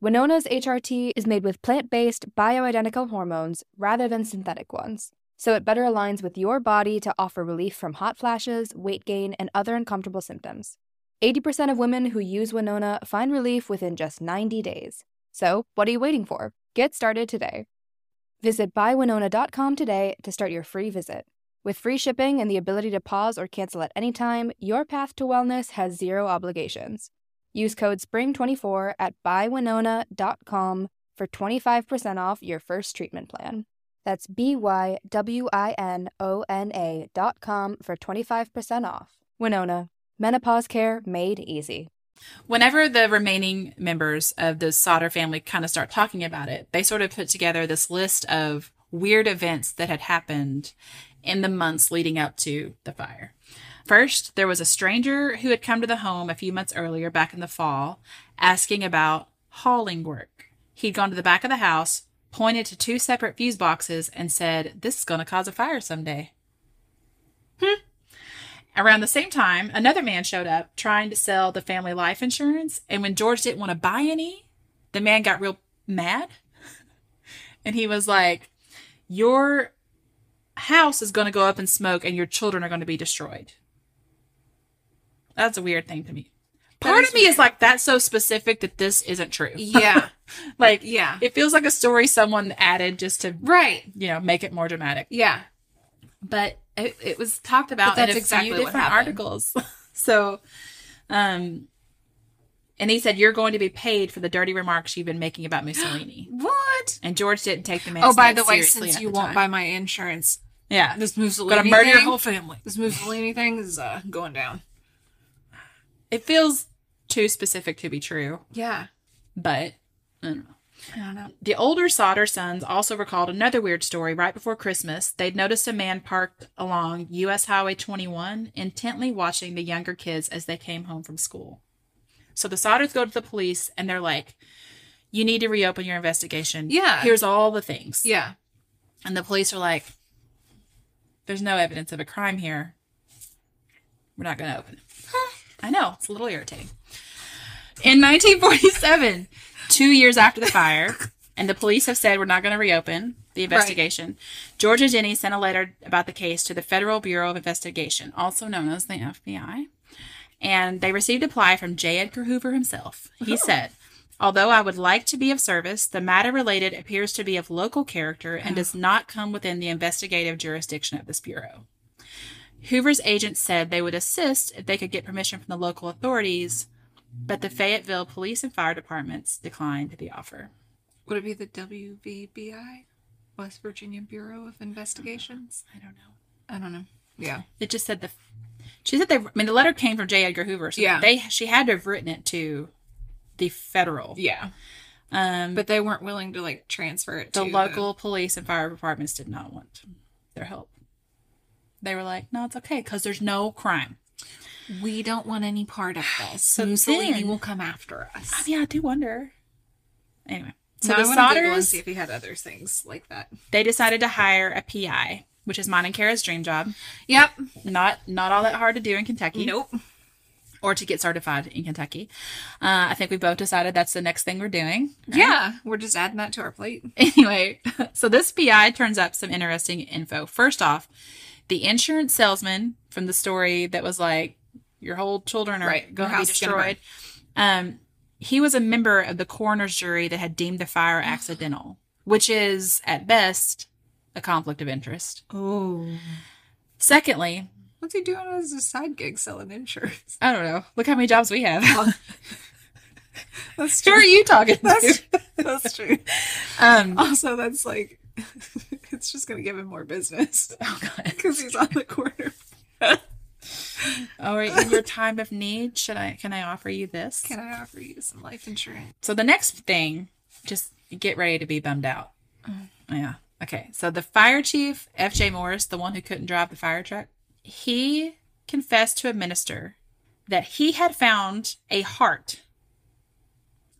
[SPEAKER 4] Winona's HRT is made with plant based, bioidentical hormones rather than synthetic ones, so it better aligns with your body to offer relief from hot flashes, weight gain, and other uncomfortable symptoms. 80% of women who use Winona find relief within just 90 days. So, what are you waiting for? Get started today. Visit buywinona.com today to start your free visit. With free shipping and the ability to pause or cancel at any time, your path to wellness has zero obligations. Use code SPRING24 at buywinona.com for 25% off your first treatment plan. That's B Y W I N O N A dot com for 25% off. Winona, menopause care made easy.
[SPEAKER 2] whenever the remaining members of the Sauter family kind of start talking about it, they sort of put together this list of weird events that had happened in the months leading up to the fire. First, there was a stranger who had come to the home a few months earlier, back in the fall, asking about hauling work. He'd gone to the back of the house, pointed to two separate fuse boxes, and said, This is going to cause a fire someday. Around the same time, another man showed up trying to sell the family life insurance. And when George didn't want to buy any, the man got real mad. [laughs] and he was like, Your house is going to go up in smoke and your children are going to be destroyed. That's a weird thing to me.
[SPEAKER 1] That
[SPEAKER 2] Part
[SPEAKER 1] is
[SPEAKER 2] of me is like, that's so specific that this isn't true.
[SPEAKER 3] [laughs]
[SPEAKER 1] Yeah.
[SPEAKER 2] Like,
[SPEAKER 1] Yeah.
[SPEAKER 2] It feels like a story someone added just to,
[SPEAKER 1] right.
[SPEAKER 2] you know, make it more dramatic.
[SPEAKER 1] Yeah.
[SPEAKER 2] but it, it was talked about
[SPEAKER 1] But
[SPEAKER 2] in
[SPEAKER 1] that's
[SPEAKER 2] a
[SPEAKER 1] exactly
[SPEAKER 2] few
[SPEAKER 1] what
[SPEAKER 2] different
[SPEAKER 1] happened.
[SPEAKER 2] articles. [laughs] so, um, and he said, "You're going to be paid for the dirty remarks you've been making about Mussolini."
[SPEAKER 1] [gasps] What?
[SPEAKER 2] and George didn't take the man.
[SPEAKER 1] Oh, by the way, since you won't buy my insurance,
[SPEAKER 2] yeah,
[SPEAKER 1] this
[SPEAKER 2] gonna
[SPEAKER 1] Mussolini
[SPEAKER 2] murder your
[SPEAKER 1] thing,
[SPEAKER 2] whole family.
[SPEAKER 1] this Mussolini thing is uh, going down.
[SPEAKER 2] It feels too specific to be true,
[SPEAKER 1] Yeah.
[SPEAKER 2] but I don't know.
[SPEAKER 1] I don't know.
[SPEAKER 2] The older Sauter sons also recalled another weird story right before Christmas. They'd noticed a man parked along US Highway 21, intently watching the younger kids as they came home from school. So the Sauters go to the police and they're like, You need to reopen your investigation.
[SPEAKER 1] Yeah.
[SPEAKER 2] Here's all the things.
[SPEAKER 1] Yeah.
[SPEAKER 2] And the police are like, There's no evidence of a crime here. We're not going to open it. I know, it's a little irritating. In 1947, two years after the fire, and the police have said we're not going to reopen the investigation, Georgia Jenny sent a letter about the case to the Federal Bureau of Investigation, also known as the FBI. And they received a reply from J. Edgar Hoover himself. He said, Although I would like to be of service, the matter related appears to be of local character and does not come within the investigative jurisdiction of this bureau. Hoover's agents said they would assist if they could get permission from the local authorities, but the Fayetteville Police and Fire Departments declined the offer.
[SPEAKER 1] [laughs] Would it be the WVBI, West Virginia Bureau of Investigations?
[SPEAKER 2] I don't know.
[SPEAKER 1] I don't know. Yeah.
[SPEAKER 2] It just said the. She said they. I mean, the letter came from J. Edgar Hoover. So
[SPEAKER 1] Yeah.
[SPEAKER 2] They. She had to have written it to the federal.
[SPEAKER 1] Yeah.
[SPEAKER 2] Um,
[SPEAKER 1] But they weren't willing to like transfer it
[SPEAKER 2] the
[SPEAKER 1] to
[SPEAKER 2] local police and fire departments did not want their help. They were like, "No, it's okay because there's no crime."
[SPEAKER 1] We don't want any part of this.
[SPEAKER 2] So
[SPEAKER 1] Mussolini
[SPEAKER 2] then-
[SPEAKER 1] will come after us.
[SPEAKER 2] I mean, I do wonder. Anyway, so
[SPEAKER 1] So no,
[SPEAKER 2] the
[SPEAKER 1] the I want to and
[SPEAKER 2] Sodders-
[SPEAKER 1] see if he had other things like that.
[SPEAKER 2] they decided to hire a PI, which is mine and Kara's dream job.
[SPEAKER 1] Yep.
[SPEAKER 2] Not not all that hard to do in Kentucky.
[SPEAKER 1] Nope.
[SPEAKER 2] Or to get certified in Kentucky. Uh, I think we both decided that's the next thing we're doing. [laughs]
[SPEAKER 1] Yeah, we're just adding that to our plate.
[SPEAKER 2] Anyway, [laughs] so this PI turns up some interesting info. First off, the insurance salesman from the story that was like, your whole children are
[SPEAKER 1] Right, your
[SPEAKER 2] going to be
[SPEAKER 1] house is gonna burn.
[SPEAKER 2] destroyed. Um, he was a member of the coroner's jury that had deemed the fire accidental, which is at best a conflict of interest.
[SPEAKER 1] Oh.
[SPEAKER 2] Secondly,
[SPEAKER 1] What's he doing as a side gig selling insurance? [laughs]
[SPEAKER 2] I don't know. Look how many jobs we have. [laughs]
[SPEAKER 1] That's
[SPEAKER 2] Who are you talking
[SPEAKER 1] That's, Oh,
[SPEAKER 2] to?
[SPEAKER 1] [laughs] that's true. [laughs]
[SPEAKER 2] Um, [laughs]
[SPEAKER 1] Also, that's like, [laughs] it's just going to give him more business. Oh, God. Because he's on the corner.
[SPEAKER 2] all right. In your time of need, should I? Can I offer you this?
[SPEAKER 1] Can I offer you some life insurance?
[SPEAKER 2] So the next thing, just get ready to be bummed out.
[SPEAKER 1] Mm-hmm.
[SPEAKER 2] Yeah. Okay. So the fire chief, F.J. Morris, the one who couldn't drive the fire truck, he confessed to a minister that he had found a heart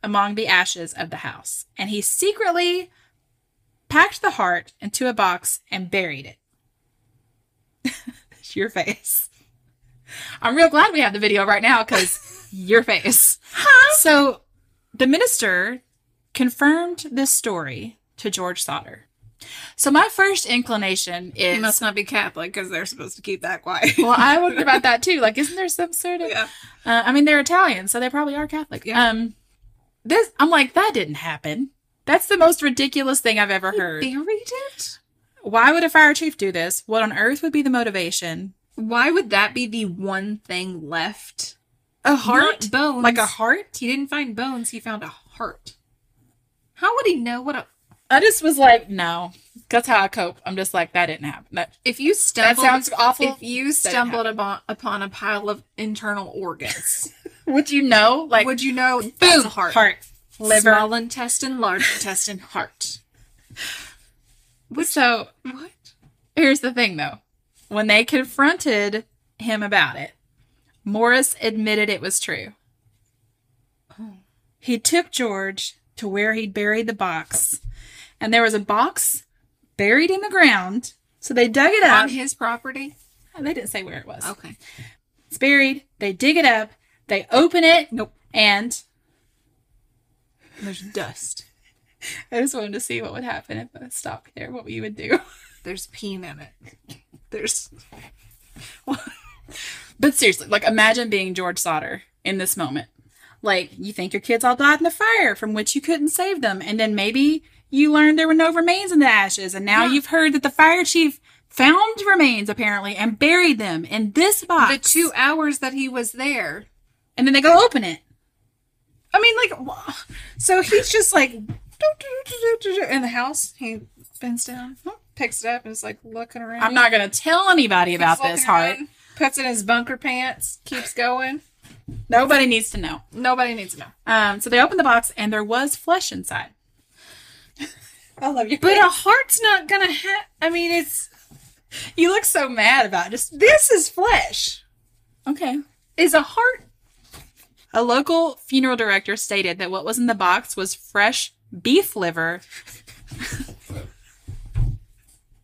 [SPEAKER 2] among the ashes of the house, and he secretly packed the heart into a box and buried it. [laughs] your face. I'm real glad we have the video right now because your face. So the minister confirmed this story to George Sauter. So my first inclination
[SPEAKER 1] It
[SPEAKER 2] is
[SPEAKER 1] must not be Catholic because they're supposed to keep that quiet.
[SPEAKER 2] well, I wondered about that too. Like, isn't there some sort
[SPEAKER 1] [laughs]
[SPEAKER 2] of?
[SPEAKER 1] yeah.
[SPEAKER 2] Uh, I mean, they're Italian, so they probably are Catholic.
[SPEAKER 1] Yeah.
[SPEAKER 2] Um, this I'm like that didn't happen. That's the most ridiculous thing I've ever heard.
[SPEAKER 1] Buried it?
[SPEAKER 2] Why would a fire chief do this? What on earth would be the motivation?
[SPEAKER 1] Why would that be the one thing left?
[SPEAKER 2] A
[SPEAKER 1] Not bones.
[SPEAKER 2] like a heart?
[SPEAKER 1] He didn't find bones. He found a heart. How would he know what a?
[SPEAKER 2] I just was like, no. That's how I cope. I'm just like that didn't happen. That,
[SPEAKER 1] If you
[SPEAKER 2] that
[SPEAKER 1] stumbled,
[SPEAKER 2] sounds awful.
[SPEAKER 1] If you stumbled upon, upon a pile of internal organs,
[SPEAKER 2] would you know? Like
[SPEAKER 1] would you know?
[SPEAKER 2] boom,
[SPEAKER 1] Boom, heart,
[SPEAKER 2] heart, liver.
[SPEAKER 1] small intestine, large [laughs] intestine, heart.
[SPEAKER 2] So
[SPEAKER 1] What?
[SPEAKER 2] Here's the thing though. When they confronted him about it, Morris admitted it was true. Oh. He took George to where he'd buried the box, and there was a box buried in the ground. So they dug it
[SPEAKER 1] On
[SPEAKER 2] up.
[SPEAKER 1] his property?
[SPEAKER 2] Uh, They didn't say where it was.
[SPEAKER 1] Okay.
[SPEAKER 2] It's buried. They dig it up. They open it.
[SPEAKER 1] Nope.
[SPEAKER 2] And
[SPEAKER 1] There's dust.
[SPEAKER 2] I just wanted to see what would happen if I stopped there, what you would do.
[SPEAKER 1] There's peen in it. There's
[SPEAKER 2] But seriously, like imagine being George Sauter in this moment. Like you think your kids all died in the fire from which you couldn't save them, and then maybe you learned there were no remains in the ashes, and now
[SPEAKER 1] Yeah.
[SPEAKER 2] you've heard that the fire chief found remains apparently and buried them in this box.
[SPEAKER 1] the two hours that he was there.
[SPEAKER 2] and then they go open it.
[SPEAKER 1] I mean, like, wha- so he's just like in the house. He bends down, picks it up, and is like looking around.
[SPEAKER 2] I'm not gonna tell anybody
[SPEAKER 1] Keeps
[SPEAKER 2] about
[SPEAKER 1] looking
[SPEAKER 2] this heart.
[SPEAKER 1] around, Puts it in his bunker pants. Keeps going.
[SPEAKER 2] Nobody needs to know.
[SPEAKER 1] Nobody needs to know.
[SPEAKER 2] Um, so they opened the box and there was flesh inside. uh, I love you.
[SPEAKER 1] But a heart's not gonna have. I mean, it's
[SPEAKER 2] you look so mad about it. just
[SPEAKER 1] this is flesh.
[SPEAKER 2] okay.
[SPEAKER 1] Is a heart
[SPEAKER 2] A local funeral director stated that what was in the box was fresh beef liver.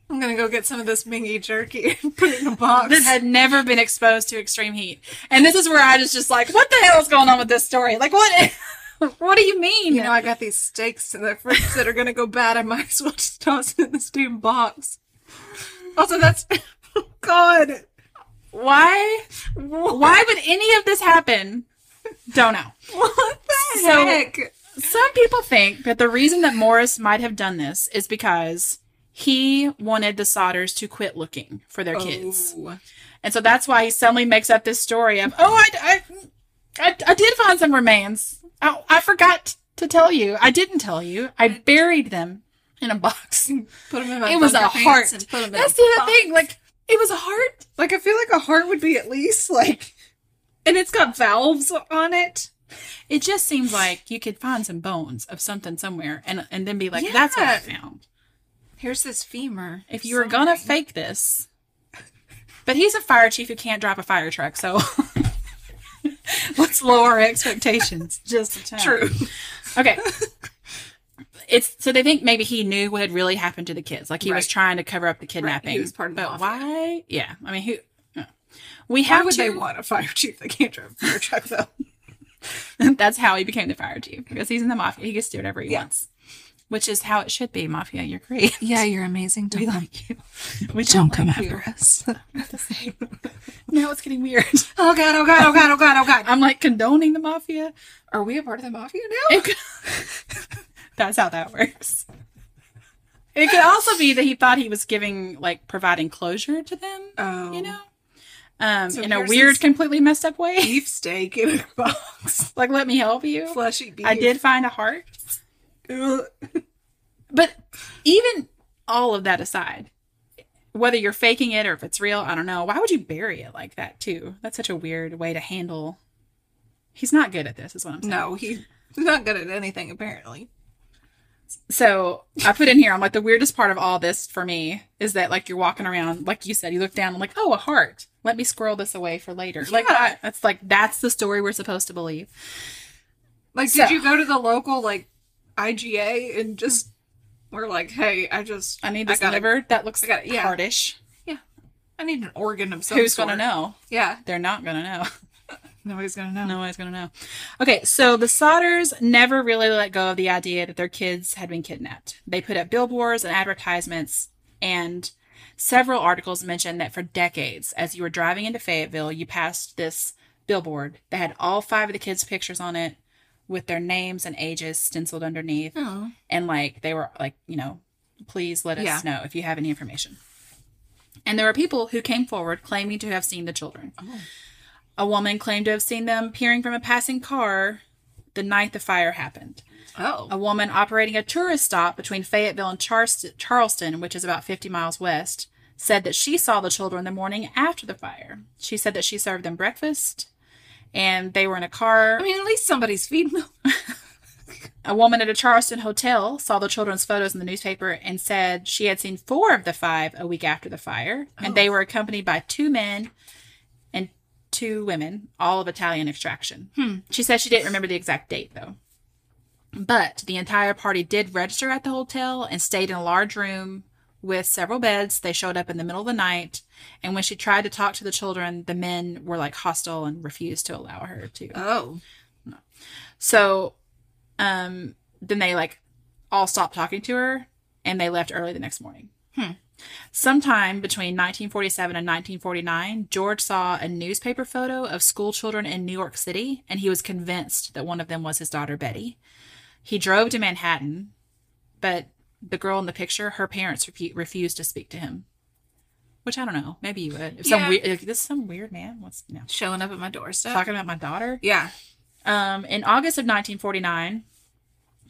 [SPEAKER 1] I'm gonna go get some of this mingy jerky and put it in a box.
[SPEAKER 2] That had never been exposed to extreme heat. And this is where I was just like, what the hell is going on with this story? Like, what? [laughs] what do you mean?
[SPEAKER 1] you know, I got these steaks in the fridge that are gonna go bad. I might as well just toss it in this damn box. Also, that's [laughs] God.
[SPEAKER 2] why?
[SPEAKER 1] What,
[SPEAKER 2] Why would any of this happen? Don't know.
[SPEAKER 1] what the
[SPEAKER 2] So-
[SPEAKER 1] heck?
[SPEAKER 2] Some people think that the reason that Morris might have done this is because he wanted the Sodders to quit looking for their kids.
[SPEAKER 1] Oh.
[SPEAKER 2] And so that's why he suddenly makes up this story of, oh, I, I, I, I did find some remains. I, I forgot to tell you. I didn't tell you. I buried them in a [laughs] box.
[SPEAKER 1] Put them in my
[SPEAKER 2] It was a
[SPEAKER 1] bunker pants
[SPEAKER 2] heart.
[SPEAKER 1] and put 'em in
[SPEAKER 2] That's
[SPEAKER 1] a
[SPEAKER 2] the other
[SPEAKER 1] box.
[SPEAKER 2] thing. Like, it was a heart.
[SPEAKER 1] Like, I feel like a heart would be at least like, and it's got valves on it.
[SPEAKER 2] It just seems like you could find some bones of something somewhere and, and then be like,
[SPEAKER 1] Yeah.
[SPEAKER 2] that's what I found.
[SPEAKER 1] Here's this femur.
[SPEAKER 2] If you were going to
[SPEAKER 1] Sorry.
[SPEAKER 2] fake this. But he's a fire chief who can't drive a fire truck, so [laughs] let's lower our expectations just a tad.
[SPEAKER 1] true.
[SPEAKER 2] Okay. It's so they think maybe he knew what had really happened to the kids. Like he was
[SPEAKER 1] Right.
[SPEAKER 2] trying to cover up the kidnapping.
[SPEAKER 1] He was part of the
[SPEAKER 2] But
[SPEAKER 1] mafia.
[SPEAKER 2] why? Yeah. I mean, who? yeah. We
[SPEAKER 1] How
[SPEAKER 2] have
[SPEAKER 1] would
[SPEAKER 2] to.
[SPEAKER 1] they want a fire chief that can't drive a fire truck though?
[SPEAKER 2] [laughs] That's how he became the fire chief because he's in the mafia. He gets to do whatever he
[SPEAKER 1] Yeah.
[SPEAKER 2] wants, which is how it should be. Mafia, you're great.
[SPEAKER 1] Yeah, you're amazing. Don't like you.
[SPEAKER 2] [laughs] We don't come
[SPEAKER 1] like
[SPEAKER 2] [laughs]
[SPEAKER 1] you.
[SPEAKER 2] us. now it's getting weird.
[SPEAKER 1] Oh god, oh god, oh god, oh god, oh god.
[SPEAKER 2] I'm like condoning the mafia.
[SPEAKER 1] Are we a part of the mafia now?
[SPEAKER 2] It could- [laughs] That's how that works. It could also be that he thought he was giving, like, providing closure to them.
[SPEAKER 1] Oh.
[SPEAKER 2] you know, um,
[SPEAKER 1] So
[SPEAKER 2] in a
[SPEAKER 1] here's
[SPEAKER 2] weird,
[SPEAKER 1] this-
[SPEAKER 2] completely messed up way.
[SPEAKER 1] Beefsteak in a [laughs] box.
[SPEAKER 2] [laughs] like, let me help you.
[SPEAKER 1] Fleshy beef. [laughs]
[SPEAKER 2] I did find a heart,
[SPEAKER 1] Ugh.
[SPEAKER 2] but even all of that aside, whether you're faking it or if it's real, I don't know. Why would you bury it like that too? That's such a weird way to handle. He's not good at this, is what I'm saying.
[SPEAKER 1] No, he's not good at anything apparently.
[SPEAKER 2] So I put in here, I'm like, the weirdest part of all this for me is that, like, you're walking around, like you said, you look down, I'm like, oh, a heart. Let me squirrel this away for later. Like,
[SPEAKER 1] Yeah.
[SPEAKER 2] I, that's like, that's the story we're supposed to believe.
[SPEAKER 1] Like,
[SPEAKER 2] So-
[SPEAKER 1] did you go to the local like IGA and just we're like, hey, I just
[SPEAKER 2] I need this
[SPEAKER 1] gotta-
[SPEAKER 2] liver. That looks
[SPEAKER 1] I gotta- yeah.
[SPEAKER 2] hardish.
[SPEAKER 1] I need an organ of some
[SPEAKER 2] Who's
[SPEAKER 1] sort.
[SPEAKER 2] gonna know?
[SPEAKER 1] Yeah,
[SPEAKER 2] They're not gonna know. [laughs]
[SPEAKER 1] Nobody's gonna know.
[SPEAKER 2] Nobody's going to know. Okay, so the Sodders never really let go of the idea that their kids had been kidnapped. They put up billboards and advertisements, and several articles mentioned that for decades, as you were driving into Fayetteville, you passed this billboard that had all five of the kids' pictures on it with their names and ages stenciled underneath.
[SPEAKER 1] Oh.
[SPEAKER 2] And like, they were like, you know, please let us
[SPEAKER 1] Yeah.
[SPEAKER 2] know if you have any information. And there were people who came forward claiming to have seen the children. A woman claimed to have seen them peering from a passing car the night the fire happened.
[SPEAKER 1] Oh.
[SPEAKER 2] A woman operating a tourist stop between Fayetteville and Charles- Charleston, which is about 50 miles west, said that she saw the children the morning after the fire. She said that she served them breakfast and they were in a car.
[SPEAKER 1] I mean, at least somebody's feeding them. [laughs]
[SPEAKER 2] A woman at a Charleston hotel saw the children's photos in the newspaper and said she had seen four of the five a week after the fire, and they were accompanied by two men and two women, all of Italian extraction. She said she didn't remember the exact date, though. But the entire party did register at the hotel and stayed in a large room with several beds. They showed up in the middle of the night, and when she tried to talk to the children, the men were like hostile and refused to allow her to.
[SPEAKER 1] Oh.
[SPEAKER 2] So um then they like all stopped talking to her and they left early the next morning. Hmm. Sometime between 1947 and 1949, George saw a newspaper photo of school children in New York City and he was convinced that one of them was his daughter Betty. He drove to Manhattan, but the girl in the picture, her parents refu- refused to speak to him. Which I don't know. Maybe you would. If some
[SPEAKER 1] Yeah.
[SPEAKER 2] weird, like, this is some weird man. What's no
[SPEAKER 1] Showing up at my doorstep.
[SPEAKER 2] talking about my daughter?
[SPEAKER 1] Yeah.
[SPEAKER 2] Um, in August of 1949,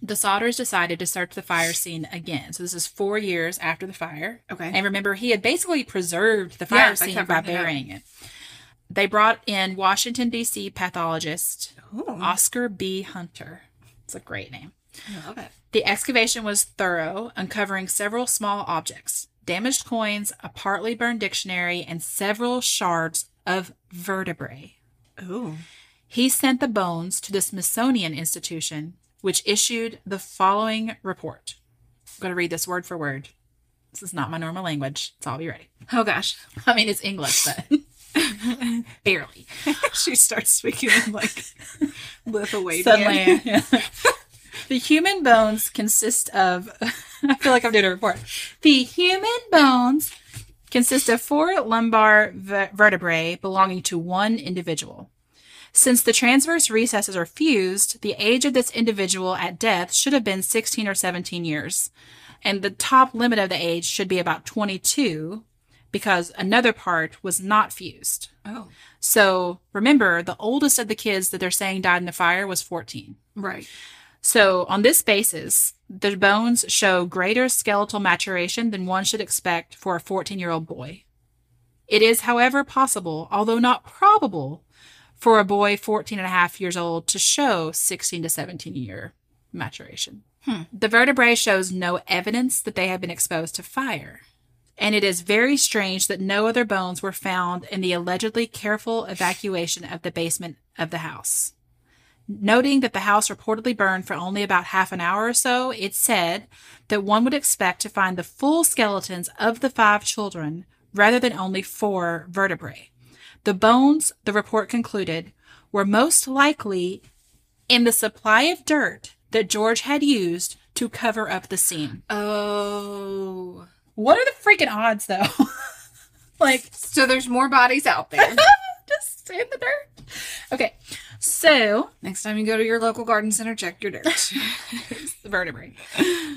[SPEAKER 2] the Sodders decided to search the fire scene again. So this is four years after the fire.
[SPEAKER 1] Okay.
[SPEAKER 2] And remember, he had basically preserved the fire
[SPEAKER 1] Yeah, they
[SPEAKER 2] scene
[SPEAKER 1] kept
[SPEAKER 2] by
[SPEAKER 1] everything up.
[SPEAKER 2] burying it. They brought in Washington, D.C. pathologist
[SPEAKER 1] Oh.
[SPEAKER 2] Oscar B. Hunter. It's a great name.
[SPEAKER 1] I love it.
[SPEAKER 2] The excavation was thorough, uncovering several small objects, damaged coins, a partly burned dictionary, and several shards of vertebrae.
[SPEAKER 1] Ooh.
[SPEAKER 2] He sent the bones to the Smithsonian Institution, which issued the following report. I'm going to read this word for word. This is not my normal language, so I'll be ready. [laughs]
[SPEAKER 1] Oh gosh.
[SPEAKER 2] I mean, it's English, but [laughs] barely.
[SPEAKER 1] she starts speaking in like Lithuanian.
[SPEAKER 2] Suddenly, the human bones consist of. [laughs] I feel like I'm doing a report. The human bones consist of four lumbar ve- vertebrae belonging to one individual. Since the transverse recesses are fused, the age of this individual at death should have been 16 or 17 years, and the top limit of the age should be about 22 because another part was not fused.
[SPEAKER 1] Oh.
[SPEAKER 2] So remember, the oldest of the kids that they're saying died in the fire was 14.
[SPEAKER 1] Right.
[SPEAKER 2] So on this basis, the bones show greater skeletal maturation than one should expect for a 14 year old boy. It is, however, possible, although not probable, for a boy 14 and a half years old to show 16 to 17 year maturation. The vertebrae shows no evidence that they have been exposed to fire. And it is very strange that no other bones were found in the allegedly careful evacuation of the basement of the house. Noting that the house reportedly burned for only about half an hour or so, it said that one would expect to find the full skeletons of the five children rather than only four vertebrae. The bones, the report concluded, were most likely in the supply of dirt that George had used to cover up the scene.
[SPEAKER 1] Oh.
[SPEAKER 2] What are the freaking odds, though? [laughs] like,
[SPEAKER 1] So there's more bodies out
[SPEAKER 2] [laughs]
[SPEAKER 1] there.
[SPEAKER 2] just in the dirt. Okay, so
[SPEAKER 1] Next time you go to your local garden center, check your
[SPEAKER 2] [laughs]
[SPEAKER 1] dirt.
[SPEAKER 2] the vertebrae.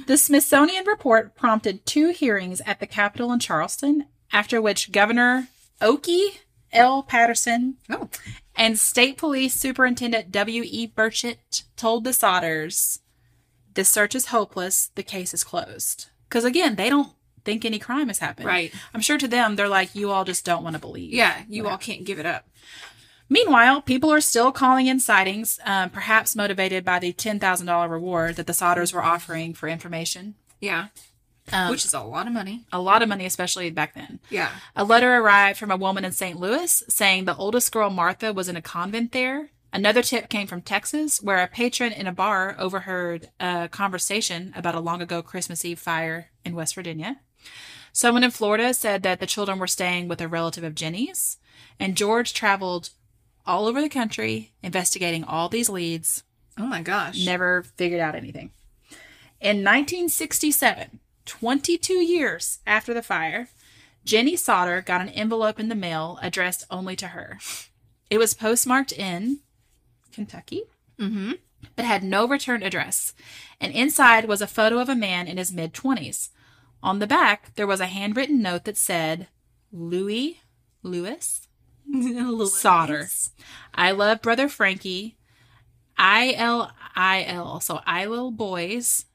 [SPEAKER 2] The Smithsonian report prompted two hearings at the Capitol in Charleston, after which Governor Okie L. Patterson
[SPEAKER 1] oh.
[SPEAKER 2] and State Police Superintendent W.E. Burchett told the Sodders, "This search is hopeless. The case is closed." Because again, they don't think any crime has happened.
[SPEAKER 1] Right.
[SPEAKER 2] I'm sure to them, they're like, "You all just don't want to believe."
[SPEAKER 1] Yeah, you all can't give it up.
[SPEAKER 2] Meanwhile, people are still calling in sightings, um, perhaps motivated by the $10,000 reward that the Sodders were offering for information.
[SPEAKER 1] Yeah.
[SPEAKER 2] Um,
[SPEAKER 1] Which is a lot of money.
[SPEAKER 2] A lot of money, especially back then.
[SPEAKER 1] Yeah.
[SPEAKER 2] A letter arrived from a woman in St. Louis saying the oldest girl, Martha, was in a convent there. Another tip came from Texas, where a patron in a bar overheard a conversation about a long ago Christmas Eve fire in West Virginia. Someone in Florida said that the children were staying with a relative of Jenny's, and George traveled all over the country investigating all these leads,
[SPEAKER 1] Oh my gosh.
[SPEAKER 2] never figured out anything. In 1967, 22 years after the fire, Jenny Sauter got an envelope in the mail addressed only to her. It was postmarked in Kentucky,
[SPEAKER 1] Mm-hmm.
[SPEAKER 2] but had no return address, and inside was a photo of a man in his mid 20s. On the back, there was a handwritten note that said, Louis Lewis, Solder. I love Brother Frankie. I L I L. So I Lil Boys.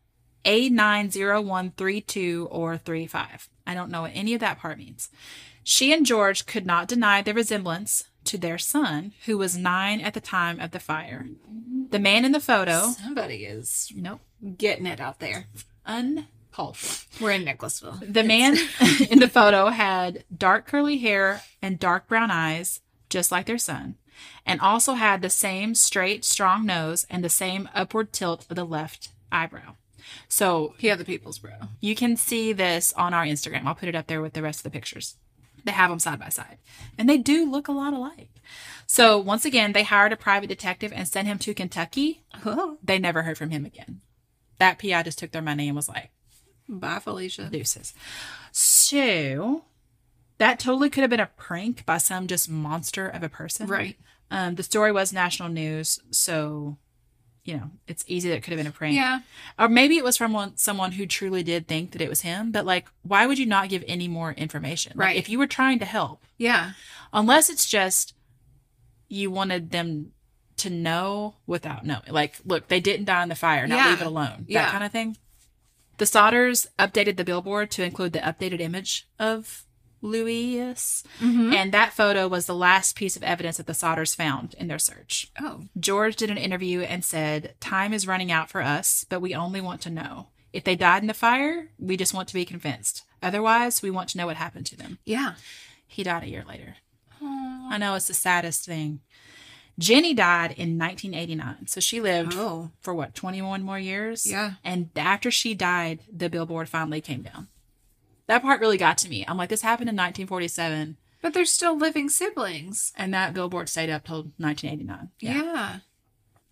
[SPEAKER 2] A90132 or 35. I don't know what any of that part means. She and George could not deny the resemblance to their son, who was nine at the time of the fire. The man in the photo,
[SPEAKER 1] Somebody is
[SPEAKER 2] nope,
[SPEAKER 1] getting it out there.
[SPEAKER 2] uncalled for.
[SPEAKER 1] We're in Nicholasville.
[SPEAKER 2] The man in the photo had dark curly hair and dark brown eyes, just like their son, and also had the same straight, strong nose and the same upward tilt of the left eyebrow. So
[SPEAKER 1] He other people's bro.
[SPEAKER 2] you can see this on our Instagram. I'll put it up there with the rest of the pictures. They have them side by side, and they do look a lot alike. So once again, they hired a private detective and sent him to Kentucky. They never heard from him again. That PI just took their money and was like,
[SPEAKER 1] Bye, Felicia.
[SPEAKER 2] deuces. So that totally could have been a prank by some just monster of a person.
[SPEAKER 1] Right.
[SPEAKER 2] Um, the story was national news, so you know, it's easy that it could have been a prank.
[SPEAKER 1] Yeah.
[SPEAKER 2] Or maybe it was from one, someone who truly did think that it was him, but like, why would you not give any more information? Like,
[SPEAKER 1] Right.
[SPEAKER 2] if you were trying to help,
[SPEAKER 1] Yeah.
[SPEAKER 2] unless it's just you wanted them to know without knowing. Like, look, they didn't die in the fire, now
[SPEAKER 1] Yeah.
[SPEAKER 2] leave it alone. That
[SPEAKER 1] Yeah.
[SPEAKER 2] kind of thing. The Sodders updated the billboard to include the updated image of Louis,
[SPEAKER 1] Mm-hmm.
[SPEAKER 2] and that photo was the last piece of evidence that the Sodders found in their search.
[SPEAKER 1] Oh.
[SPEAKER 2] George did an interview and said, Time is running out for us, but we only want to know. If they died in the fire, we just want to be convinced. Otherwise, we want to know what happened to them.
[SPEAKER 1] Yeah.
[SPEAKER 2] He died a year later.
[SPEAKER 1] Oh.
[SPEAKER 2] I know it's the saddest thing. Jenny died in 1989. So she lived
[SPEAKER 1] Oh.
[SPEAKER 2] for what, 21 more years?
[SPEAKER 1] Yeah.
[SPEAKER 2] And after she died, the billboard finally came down. That part really got to me. I'm like, this happened in 1947,
[SPEAKER 1] But they're still living siblings.
[SPEAKER 2] and that billboard stayed up till 1989.
[SPEAKER 1] Yeah.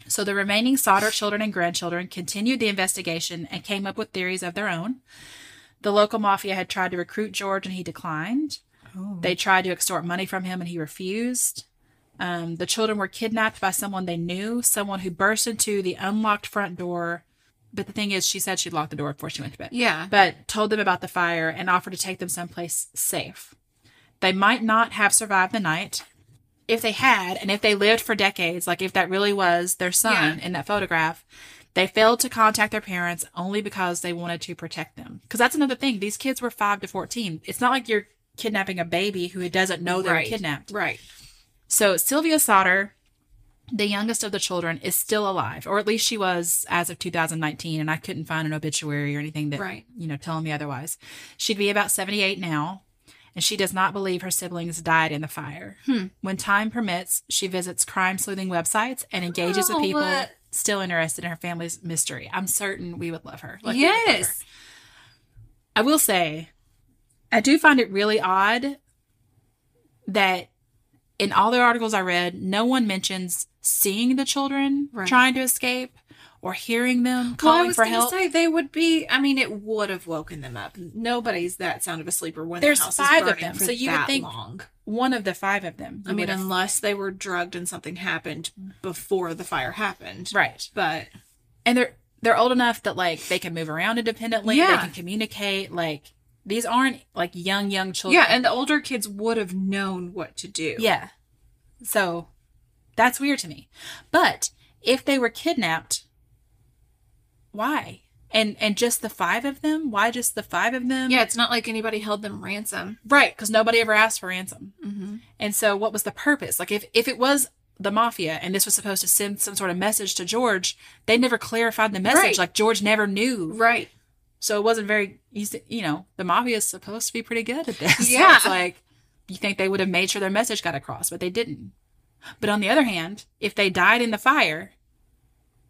[SPEAKER 2] So the remaining Sauter children and grandchildren continued the investigation and came up with theories of their own. The local mafia had tried to recruit George and he declined. They tried to extort money from him and he refused. Um, the children were kidnapped by someone they knew, someone who burst into the unlocked front door. But the thing is, she said she locked the door before she went to bed
[SPEAKER 1] Yeah.
[SPEAKER 2] but told them about the fire and offered to take them someplace safe. They might not have survived the night. If they had, and if they lived for decades, like if that really was their son in that photograph, they failed to contact their parents only because they wanted to protect them. Because that's another thing. These kids were five to 14. It's not like you're kidnapping a baby who doesn't know they were
[SPEAKER 1] Right.
[SPEAKER 2] kidnapped.
[SPEAKER 1] Right.
[SPEAKER 2] So Sylvia Sauter, the youngest of the children, is still alive, or at least she was as of 2019, and I couldn't find an obituary or anything that
[SPEAKER 1] Right.
[SPEAKER 2] you know telling me otherwise. She'd be about 78 now, and she does not believe her siblings died in the fire.
[SPEAKER 1] Hmm.
[SPEAKER 2] When time permits, she visits crime sleuthing websites and engages
[SPEAKER 1] Oh,
[SPEAKER 2] with people
[SPEAKER 1] but-
[SPEAKER 2] still interested in her family's mystery. I'm certain we would love her. Like, we would love her.
[SPEAKER 1] yes.
[SPEAKER 2] I will say, I do find it really odd that in all the articles I read, no one mentions seeing the children
[SPEAKER 1] Right.
[SPEAKER 2] trying to escape or hearing them
[SPEAKER 1] Well, I
[SPEAKER 2] calling
[SPEAKER 1] was
[SPEAKER 2] for
[SPEAKER 1] going to
[SPEAKER 2] help.
[SPEAKER 1] say they would be. I mean, it would have woken them up. Nobody's that sound of a sleeper when
[SPEAKER 2] There's
[SPEAKER 1] the house
[SPEAKER 2] five
[SPEAKER 1] is
[SPEAKER 2] of
[SPEAKER 1] burning
[SPEAKER 2] them,
[SPEAKER 1] for
[SPEAKER 2] so you would
[SPEAKER 1] that
[SPEAKER 2] think-
[SPEAKER 1] long.
[SPEAKER 2] One of the five of them.
[SPEAKER 1] I mean, unless they were drugged and something happened before the fire happened.
[SPEAKER 2] right.
[SPEAKER 1] But
[SPEAKER 2] And they're they're old enough that like they can move around independently. They
[SPEAKER 1] Yeah.
[SPEAKER 2] can communicate. Like these aren't like young young children.
[SPEAKER 1] yeah, and the older kids would have known what to do.
[SPEAKER 2] Yeah. So that's weird to me. But if they were kidnapped, why? And and just the five of them? Why just the five of them?
[SPEAKER 1] Yeah, it's not like anybody held them ransom.
[SPEAKER 2] Right, because nobody ever asked for ransom.
[SPEAKER 1] Mm-hmm.
[SPEAKER 2] And so what was the purpose? Like if if it was the mafia and this was supposed to send some sort of message to George, they never clarified the message.
[SPEAKER 1] Right.
[SPEAKER 2] Like George never knew.
[SPEAKER 1] Right.
[SPEAKER 2] So it wasn't very you s- you know, the mafia is supposed to be pretty good at this. [laughs]
[SPEAKER 1] Yeah.
[SPEAKER 2] it's like you think they would have made sure their message got across, but they didn't. But on the other hand, if they died in the fire,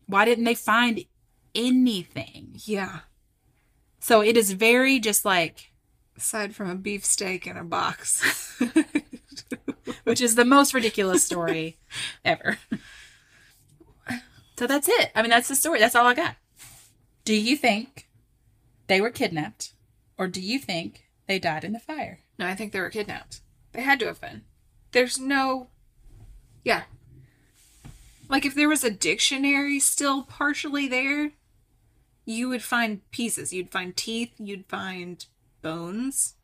[SPEAKER 2] why didn't they find anything?
[SPEAKER 1] Yeah.
[SPEAKER 2] So it is very just like [laughs]
[SPEAKER 1] Aside from a beefsteak in a box. [laughs]
[SPEAKER 2] which is the most ridiculous
[SPEAKER 1] [laughs]
[SPEAKER 2] story ever. So that's it. I mean, that's the story. That's all I got. Do you think they were kidnapped, or do you think they died in the fire?
[SPEAKER 1] No, I think they were kidnapped. They had to have been. There's no. Yeah. Like, if there was a dictionary still partially there, you would find pieces. You'd find teeth. You'd find bones.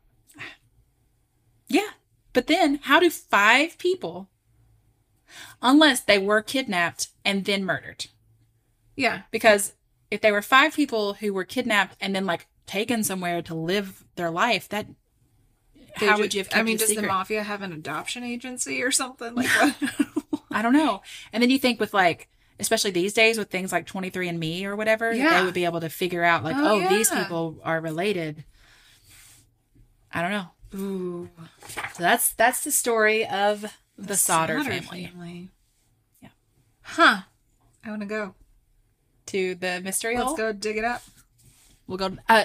[SPEAKER 2] Yeah. But then, how do five people, unless they were kidnapped and then murdered?
[SPEAKER 1] Yeah.
[SPEAKER 2] Because if they were five people who were kidnapped and then like taken somewhere to live their life, that
[SPEAKER 1] They
[SPEAKER 2] how
[SPEAKER 1] ju-
[SPEAKER 2] would you have kept
[SPEAKER 1] I mean,
[SPEAKER 2] it
[SPEAKER 1] does
[SPEAKER 2] secret?
[SPEAKER 1] the mafia have an adoption agency or something? Like, what?
[SPEAKER 2] I don't know. And then you think with like, especially these days with things like 23andMe or whatever, that
[SPEAKER 1] Yeah.
[SPEAKER 2] they would be able to figure out like,
[SPEAKER 1] Oh,
[SPEAKER 2] oh, these
[SPEAKER 1] yeah.
[SPEAKER 2] people are related. I don't know.
[SPEAKER 1] [laughs] Ooh.
[SPEAKER 2] So that's that's the story of the, Sauter, family.
[SPEAKER 1] Yeah.
[SPEAKER 2] Yeah.
[SPEAKER 1] Huh. I want to go.
[SPEAKER 2] To the mystery
[SPEAKER 1] Let's
[SPEAKER 2] hole.
[SPEAKER 1] go dig it up.
[SPEAKER 2] We'll go. Uh,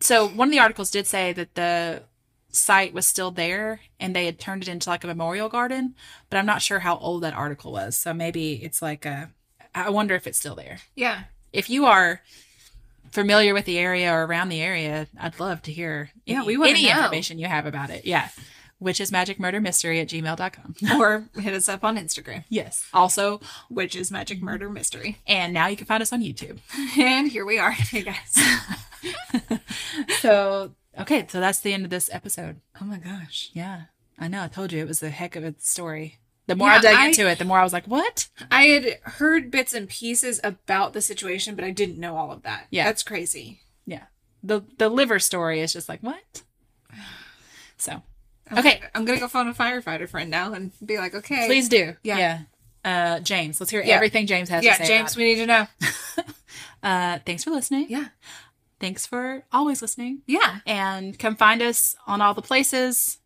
[SPEAKER 2] so one of the articles did say that the site was still there and they had turned it into like a memorial garden, but I'm not sure how old that article was. So maybe it's like a. I wonder if it's still there.
[SPEAKER 1] Yeah.
[SPEAKER 2] If you are familiar with the area or around the area, I'd love to hear
[SPEAKER 1] Yeah,
[SPEAKER 2] any,
[SPEAKER 1] we wanna
[SPEAKER 2] any
[SPEAKER 1] know.
[SPEAKER 2] information you have about it. Yeah. Which is magicmurdermystery at [laughs] gmail.com.
[SPEAKER 1] Or hit us up on Instagram,
[SPEAKER 2] yes. Also,
[SPEAKER 1] which is Magic Murder Mystery.
[SPEAKER 2] and now you can find us on YouTube.
[SPEAKER 1] And here we are. [laughs] Hey, guys.
[SPEAKER 2] So, okay. So that's the end of this episode.
[SPEAKER 1] Oh my gosh.
[SPEAKER 2] Yeah, I know. I told you it was a heck of a story. The more
[SPEAKER 1] Yeah,
[SPEAKER 2] I dug
[SPEAKER 1] I-
[SPEAKER 2] into it, the more I was like, "What?"
[SPEAKER 1] I had heard bits and pieces about the situation, but I didn't know all of that.
[SPEAKER 2] Yeah.
[SPEAKER 1] That's crazy.
[SPEAKER 2] Yeah, the the liver story is just like what. So
[SPEAKER 1] I'm
[SPEAKER 2] Okay.
[SPEAKER 1] gonna- I'm going to go phone a firefighter friend now and be like, okay.
[SPEAKER 2] please do.
[SPEAKER 1] Yeah.
[SPEAKER 2] Uh, James, let's hear
[SPEAKER 1] Yeah.
[SPEAKER 2] everything James has
[SPEAKER 1] Yeah,
[SPEAKER 2] to say.
[SPEAKER 1] James, we need to know.
[SPEAKER 2] about it. Uh, thanks for listening.
[SPEAKER 1] Yeah.
[SPEAKER 2] Thanks for always listening.
[SPEAKER 1] Yeah.
[SPEAKER 2] And come find us on all the places.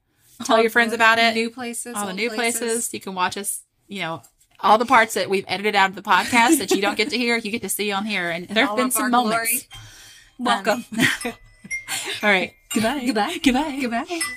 [SPEAKER 2] Tell your friends
[SPEAKER 1] the
[SPEAKER 2] about it.
[SPEAKER 1] New places.
[SPEAKER 2] all the
[SPEAKER 1] old
[SPEAKER 2] new places. You can watch us, you know, all the parts that we've edited out of the podcast that you don't get to hear, you get to see on here.
[SPEAKER 1] [laughs]
[SPEAKER 2] And there have
[SPEAKER 1] all
[SPEAKER 2] been
[SPEAKER 1] of
[SPEAKER 2] some
[SPEAKER 1] our glory.
[SPEAKER 2] moments.
[SPEAKER 1] Welcome. [laughs]
[SPEAKER 2] All right. Goodbye. Goodbye. Goodbye.
[SPEAKER 1] Goodbye.